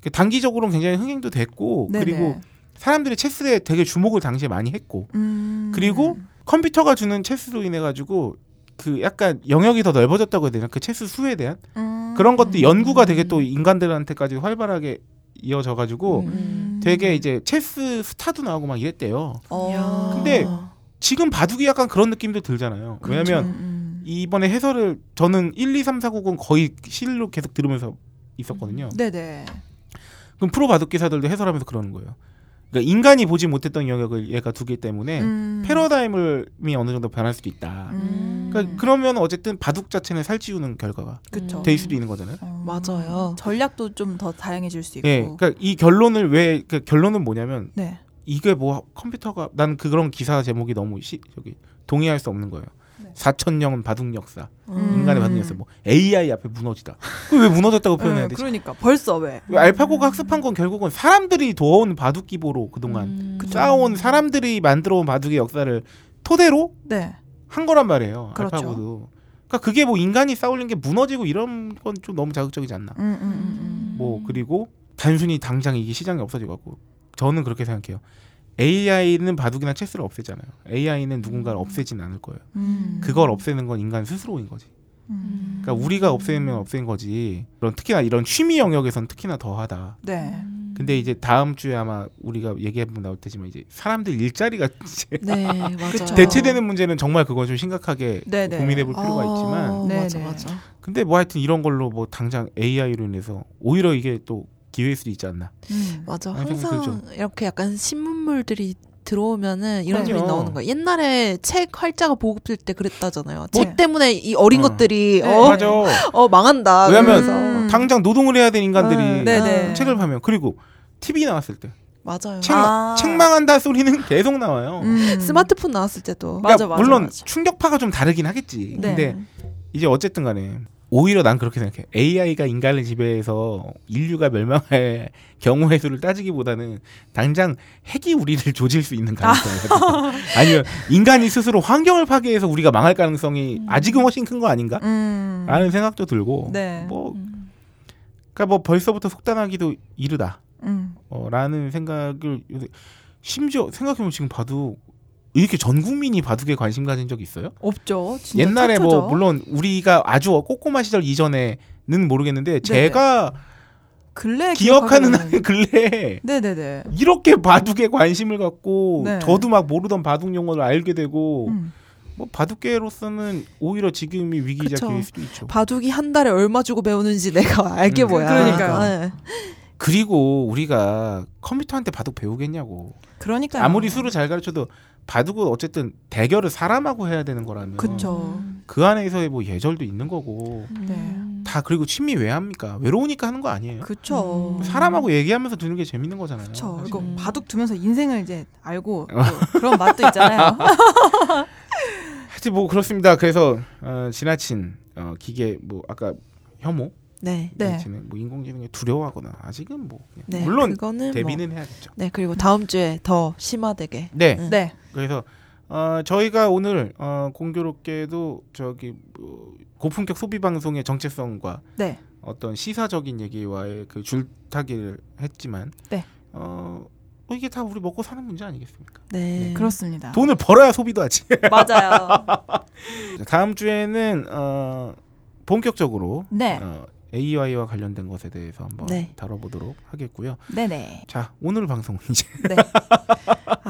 Speaker 4: 그 단기적으로는 굉장히 흥행도 됐고
Speaker 5: 네네.
Speaker 4: 그리고 사람들이 체스에 되게 주목을 당시에 많이 했고
Speaker 5: 음.
Speaker 4: 그리고 컴퓨터가 주는 체스로 인해 가지고 그 약간 영역이 더 넓어졌다고 해야 되나 그 체스 수에 대한
Speaker 5: 음.
Speaker 4: 그런 것도 연구가 되게 또 인간들한테까지 활발하게 이어져 가지고
Speaker 5: 음.
Speaker 4: 되게 이제 체스 스타도 나오고 막 이랬대요.
Speaker 6: 어.
Speaker 5: 이야.
Speaker 4: 근데 지금 봐두기 약간 그런 느낌도 들잖아요. 왜냐면
Speaker 5: 음, 음.
Speaker 4: 이번에 해설을 저는 1, 2, 3, 4, 9은 거의 실로 계속 들으면서 있었거든요.
Speaker 5: 음. 네네.
Speaker 4: 그럼 프로 바둑 기사들도 해설하면서 그러는 거예요. 그러니까 인간이 보지 못했던 영역을 얘가 두기 때문에
Speaker 5: 음.
Speaker 4: 패러다임이 어느 정도 변할 수도 있다.
Speaker 5: 음.
Speaker 4: 그러니까 그러면 어쨌든 바둑 자체는 살찌우는 결과가
Speaker 5: 그쵸.
Speaker 4: 될 수도 있는 거잖아요.
Speaker 5: 어.
Speaker 6: 맞아요.
Speaker 5: 전략도 좀 더 다양해질 수 있고.
Speaker 4: 예, 그러니까 이 결론을 왜 그 결론은 뭐냐면
Speaker 5: 네.
Speaker 4: 이게 뭐 컴퓨터가 난 그런 기사 제목이 너무 시, 저기 동의할 수 없는 거예요.
Speaker 5: 네.
Speaker 4: 4천년 바둑 역사,
Speaker 5: 음.
Speaker 4: 인간의 바둑 역사, 뭐 AI 앞에 무너지다. 그왜 무너졌다고 표현해야
Speaker 5: 예,
Speaker 4: 되지?
Speaker 5: 그러니까 벌써 왜?
Speaker 4: 왜 알파고가 학습한 건 결국은 사람들이 도어온 바둑 기보로 그동안
Speaker 5: 음.
Speaker 4: 쌓아온
Speaker 5: 그렇죠.
Speaker 4: 사람들이 만들어온 바둑의 역사를 토대로
Speaker 5: 네.
Speaker 4: 한 거란 말이에요.
Speaker 5: 그렇죠.
Speaker 4: 알파고도. 그러니까 그게 뭐 인간이 싸울린 게 무너지고 이런 건 좀 너무 자극적이지 않나.
Speaker 5: 음, 음, 음,
Speaker 4: 뭐 그리고 단순히 당장 이게 시장이 없어지고 갖고 저는 그렇게 생각해요. AI는 바둑이나 체스를 없애잖아요. AI는 누군가를 없애진 않을 거예요.
Speaker 5: 음. 음.
Speaker 4: 그걸 없애는 건 인간 스스로인 거지.
Speaker 5: 음.
Speaker 4: 그러니까 우리가 없애면 없앤 거지. 그런 특히나 이런 취미 영역에선 특히나 더하다.
Speaker 5: 네.
Speaker 4: 근데 이제 다음 주에 아마 우리가 얘기해보면 나올 테지만 이제 사람들 일자리가 이제
Speaker 6: 네 맞아요.
Speaker 4: 대체되는 문제는 정말 그건 좀 심각하게
Speaker 5: 어. 네네.
Speaker 4: 고민해볼 필요가 있지만
Speaker 6: 아,
Speaker 5: 네,
Speaker 6: 맞아
Speaker 5: 네.
Speaker 6: 맞아.
Speaker 4: 근데 뭐 하여튼 이런 걸로 뭐 당장 AI로 인해서 오히려 이게 또 기회일 수도 있지 않나.
Speaker 5: 음.
Speaker 6: 맞아.
Speaker 4: 아니,
Speaker 6: 항상
Speaker 4: 그죠.
Speaker 6: 이렇게 약간 신문물들이 들어오면은 이런
Speaker 4: 그럼요.
Speaker 6: 소리 나오는 거야. 옛날에 책 활자가 보급될 때 그랬다잖아요.
Speaker 5: 네.
Speaker 6: 책 때문에 이 어린
Speaker 4: 뭐 어.
Speaker 6: 것들이
Speaker 5: 네.
Speaker 6: 어,
Speaker 5: 맞아.
Speaker 6: 어 망한다.
Speaker 4: 왜냐면
Speaker 6: 그래서.
Speaker 5: 음.
Speaker 4: 당장 노동을 해야 될 인간들이
Speaker 6: 음,
Speaker 5: 네네.
Speaker 4: 책을 파면 그리고 TV 나왔을 때
Speaker 6: 맞아요.
Speaker 4: 책,
Speaker 5: 아.
Speaker 4: 책망한다 소리는 계속 나와요.
Speaker 5: 음.
Speaker 6: 스마트폰 나왔을 때도
Speaker 5: 맞아, 맞아,
Speaker 4: 그러니까 물론
Speaker 5: 맞아.
Speaker 4: 충격파가 좀 다르긴 하겠지.
Speaker 5: 네.
Speaker 4: 근데 이제 어쨌든 간에 오히려 난 그렇게 생각해. AI가 인간을 지배해서 인류가 멸망할 경우의 수를 따지기보다는 당장 핵이 우리를 조질 수 있는 가능성이 아. 아니면 인간이 스스로 환경을 파괴해서 우리가 망할 가능성이 아직은 훨씬 큰 거 아닌가?
Speaker 5: 음.
Speaker 4: 라는 생각도 들고
Speaker 5: 네.
Speaker 4: 뭐 그러니까 뭐 벌써부터 속단하기도 이르다.
Speaker 5: 음.
Speaker 4: 어, 라는 생각을 요새- 심지어 생각해보면 지금 바둑 이렇게 전 국민이 바둑에 관심 가진 적 있어요?
Speaker 5: 없죠. 진짜
Speaker 4: 옛날에
Speaker 5: 최초죠.
Speaker 4: 뭐 물론 우리가 아주 꼬꼬마 시절 이전에는 모르겠는데 제가
Speaker 5: 근래
Speaker 4: 기억하는 한 근래에
Speaker 5: 네네네.
Speaker 4: 이렇게 바둑에 관심을 갖고
Speaker 5: 네.
Speaker 4: 저도 막 모르던 바둑 용어를 알게 되고
Speaker 5: 음.
Speaker 4: 뭐 바둑계로서는 오히려 지금이 위기자
Speaker 6: 그쵸.
Speaker 4: 기회일 수도 있죠.
Speaker 6: 바둑이 한 달에 얼마 주고 배우는지 내가 알게
Speaker 4: 음.
Speaker 6: 뭐야.
Speaker 5: 그러니까요.
Speaker 6: 네.
Speaker 4: 그리고 우리가 컴퓨터한테 바둑 배우겠냐고
Speaker 5: 그러니까
Speaker 4: 아무리 수를 잘 가르쳐도 바둑은 어쨌든 대결을 사람하고 해야 되는 거라면
Speaker 5: 그쵸.
Speaker 4: 그 안에서의 뭐 예절도 있는 거고
Speaker 6: 네.
Speaker 5: 네.
Speaker 4: 다 그리고 취미 왜 합니까? 외로우니까 하는 거 아니에요.
Speaker 5: 그쵸.
Speaker 6: 음.
Speaker 4: 사람하고 얘기하면서 두는 게 재밌는 거잖아요.
Speaker 5: 그쵸.
Speaker 4: 사실.
Speaker 5: 그리고 바둑 두면서 인생을 이제 알고
Speaker 6: 어,
Speaker 5: 또 그런 맛도 있잖아요.
Speaker 4: 하여튼 뭐 그렇습니다. 그래서 어, 지나친 어, 기계 뭐 아까 혐오,
Speaker 6: 네.
Speaker 5: 네.
Speaker 4: 지나친 뭐 인공지능에 두려워하거나 아직은 뭐 그냥
Speaker 6: 네.
Speaker 4: 물론
Speaker 6: 그거는 뭐,
Speaker 4: 대비는 해야겠죠.
Speaker 6: 네 그리고 다음 주에 더 심화되게.
Speaker 4: 네.
Speaker 6: 음.
Speaker 5: 네.
Speaker 4: 그래서 어, 저희가 오늘 어, 공교롭게도 저기 뭐, 고품격 소비 방송의 정체성과
Speaker 5: 네.
Speaker 4: 어떤 시사적인 얘기와의 그 줄타기를 했지만
Speaker 5: 네.
Speaker 4: 어, 어, 이게 다 우리 먹고 사는 문제 아니겠습니까?
Speaker 6: 네.
Speaker 5: 그렇습니다.
Speaker 4: 돈을 벌어야 음. 소비도 하지.
Speaker 5: 맞아요.
Speaker 4: 자, 다음 주에는 어, 본격적으로
Speaker 5: 네.
Speaker 4: 어, AI와 관련된 것에 대해서 한번
Speaker 6: 네.
Speaker 4: 다뤄보도록 하겠고요.
Speaker 5: 네네.
Speaker 4: 자, 오늘 방송은 이제
Speaker 5: 네.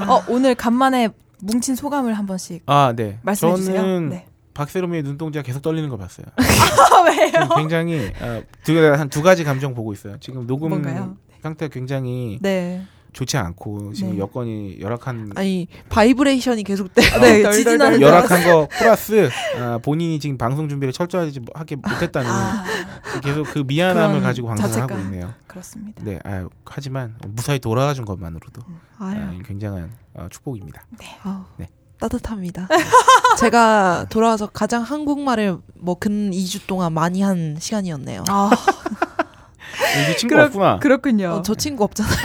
Speaker 5: 어, 오늘 간만에 뭉친 소감을 한 번씩
Speaker 4: 아, 네.
Speaker 5: 말씀해 주세요.
Speaker 4: 저는
Speaker 5: 네.
Speaker 4: 박세롬이의 눈동자 계속 떨리는 걸 봤어요.
Speaker 5: 아, 왜요?
Speaker 4: 지금 굉장히 어, 두한두 가지 감정 보고 있어요. 지금 녹음
Speaker 5: 뭔가요?
Speaker 4: 상태가 굉장히
Speaker 5: 네.
Speaker 4: 좋지 않고 지금
Speaker 5: 네.
Speaker 4: 여건이 열악한
Speaker 6: 아니 바이브레이션이 계속 돼.
Speaker 5: 네, 지진하는 줄
Speaker 4: 아, 열악한 거 플러스 아, 본인이 지금 방송 준비를 철저하게 하게 못했다는
Speaker 5: 아,
Speaker 4: 계속 그 미안함을
Speaker 5: 그런
Speaker 4: 가지고 방송을 하고
Speaker 5: 자책감.
Speaker 4: 있네요.
Speaker 5: 그렇습니다.
Speaker 4: 네, 아유, 하지만 무사히 돌아와준 것만으로도
Speaker 6: 아유.
Speaker 4: 네. 아, 굉장한 어, 축복입니다.
Speaker 6: 아우.
Speaker 4: 네.
Speaker 6: 따뜻합니다. 제가 돌아와서 가장 한국말을 뭐 근 2주 동안 많이 한 시간이었네요.
Speaker 5: 아,
Speaker 4: 여기 친구 없구나.
Speaker 5: 그렇군요.
Speaker 4: 네.
Speaker 6: 어, 저 친구 없잖아요.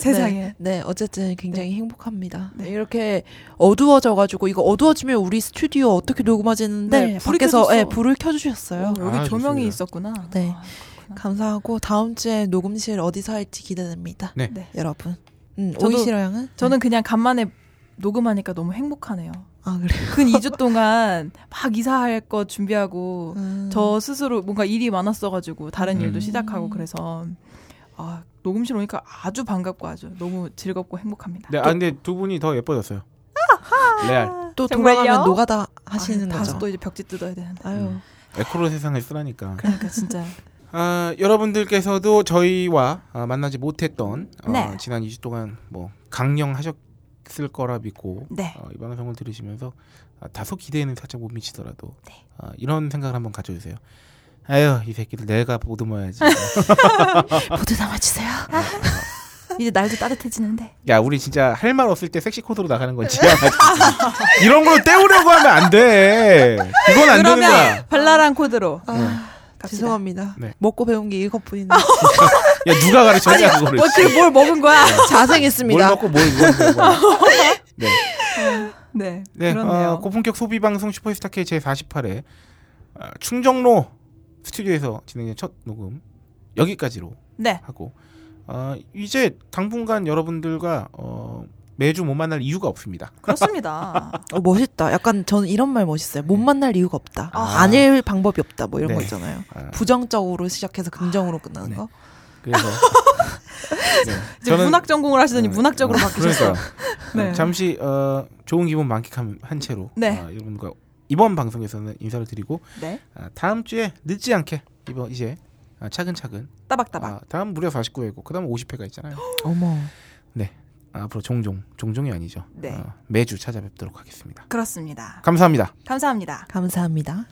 Speaker 5: 세상에.
Speaker 6: 네, 네, 어쨌든 굉장히 행복합니다. 이렇게 어두워져가지고 이거 어두워지면 우리 스튜디오 어떻게 녹음하지는데
Speaker 5: 네, 불이
Speaker 6: 밖에서
Speaker 5: 켜졌어.
Speaker 6: 예, 불을
Speaker 5: 어,
Speaker 6: 켜주셨어요.
Speaker 5: 여기
Speaker 4: 아,
Speaker 5: 조명이
Speaker 4: 좋습니다.
Speaker 5: 있었구나.
Speaker 6: 네.
Speaker 5: 아, 그렇구나.
Speaker 6: 감사하고 다음 주에 녹음실 어디서 할지 기대됩니다.
Speaker 4: 네.
Speaker 5: 네.
Speaker 6: 여러분. 음,
Speaker 5: 저도-
Speaker 6: 오이시러 양은? 네.
Speaker 5: 저는 그냥 간만에 녹음하니까 너무 행복하네요.
Speaker 6: 아 그래요.
Speaker 5: 근 2주 동안 막 이사할 거 준비하고
Speaker 6: 음.
Speaker 5: 저 스스로 뭔가 일이 많았어가지고 다른
Speaker 4: 음.
Speaker 5: 일도 시작하고 그래서 아 녹음실 오니까 아주 반갑고 아주 너무 즐겁고 행복합니다.
Speaker 4: 네, 아 근데 두 분이 더 예뻐졌어요. 레알.
Speaker 6: 또
Speaker 5: 정말요?
Speaker 6: 돌아가면 노가다 하시는
Speaker 5: 아,
Speaker 6: 거죠.
Speaker 5: 다시 또 이제 벽지 뜯어야 되는데.
Speaker 6: 아유.
Speaker 4: 음. 에코로 세상을 쓰라니까.
Speaker 5: 그러니까 진짜
Speaker 4: 아, 여러분들께서도 저희와 아, 만나지 못했던 어,
Speaker 5: 네.
Speaker 4: 지난 2주 동안 뭐 강령하셨을 거라 믿고
Speaker 5: 네.
Speaker 4: 어, 이 방송을 들으시면서 아, 다소 기대에는 살짝 못 미치더라도
Speaker 5: 네.
Speaker 4: 아, 이런 생각을 한번 가져주세요. 아유 이 새끼들 내가 보듬어야지.
Speaker 5: 모두 남아주세요. 이제 날도 따뜻해지는데.
Speaker 4: 야 우리 진짜 할 말 없을 때 섹시 코드로 나가는 건지 이런 걸로 때우려고 하면 안 돼. 그건 안 되는 거야.
Speaker 5: 그러면 발랄한 코드로
Speaker 6: 네.
Speaker 5: 갑시다.
Speaker 6: 아, 죄송합니다.
Speaker 4: 네.
Speaker 6: 먹고 배운 게 이것뿐인데
Speaker 4: 야 누가 가르쳤냐 그거를.
Speaker 5: 뭐 지금 뭘 먹은 거야?
Speaker 4: 네. 뭘
Speaker 6: 자생했습니다.
Speaker 4: 먹고 뭘 이거. 네.
Speaker 5: 네.
Speaker 4: 네,
Speaker 5: 그렇네요.
Speaker 4: 어, 고품격 소비 방송 슈퍼스타K 제 48회 아, 충정로 스튜디오에서 진행된 첫 녹음 여기까지로
Speaker 5: 네.
Speaker 4: 하고 어, 이제 당분간 여러분들과 어, 매주 못 만날 이유가 없습니다.
Speaker 5: 그렇습니다.
Speaker 6: 어, 멋있다. 약간 저는 이런 말 멋있어요. 못 만날 이유가 없다.
Speaker 4: 아.
Speaker 6: 아닐 방법이 없다. 뭐 이런
Speaker 4: 네.
Speaker 6: 거 있잖아요.
Speaker 4: 아,
Speaker 6: 부정적으로 시작해서 긍정으로 끝나는
Speaker 4: 네.
Speaker 6: 거.
Speaker 4: 그래서 네,
Speaker 5: 이제 문학 전공을 하시더니 문학적으로
Speaker 4: 어,
Speaker 5: 바뀌셨어요.
Speaker 4: 그러니까요.
Speaker 5: 네.
Speaker 4: 어, 잠시 어, 좋은 기분 만끽한 한 채로
Speaker 5: 네.
Speaker 4: 어, 여러분과 이번 방송에서는 인사를 드리고
Speaker 5: 네.
Speaker 4: 아, 다음 주에 늦지 않게 이번 이제 아, 차근차근
Speaker 5: 따박따박.
Speaker 4: 아, 다음 무려 49회고 그다음 50회가 있잖아요. 아,
Speaker 6: 어머.
Speaker 4: 앞으로 종종 종종이 아니죠.
Speaker 5: 네.
Speaker 4: 어, 매주 찾아뵙도록 하겠습니다.
Speaker 5: 그렇습니다.
Speaker 4: 감사합니다.
Speaker 5: 감사합니다.
Speaker 6: 감사합니다.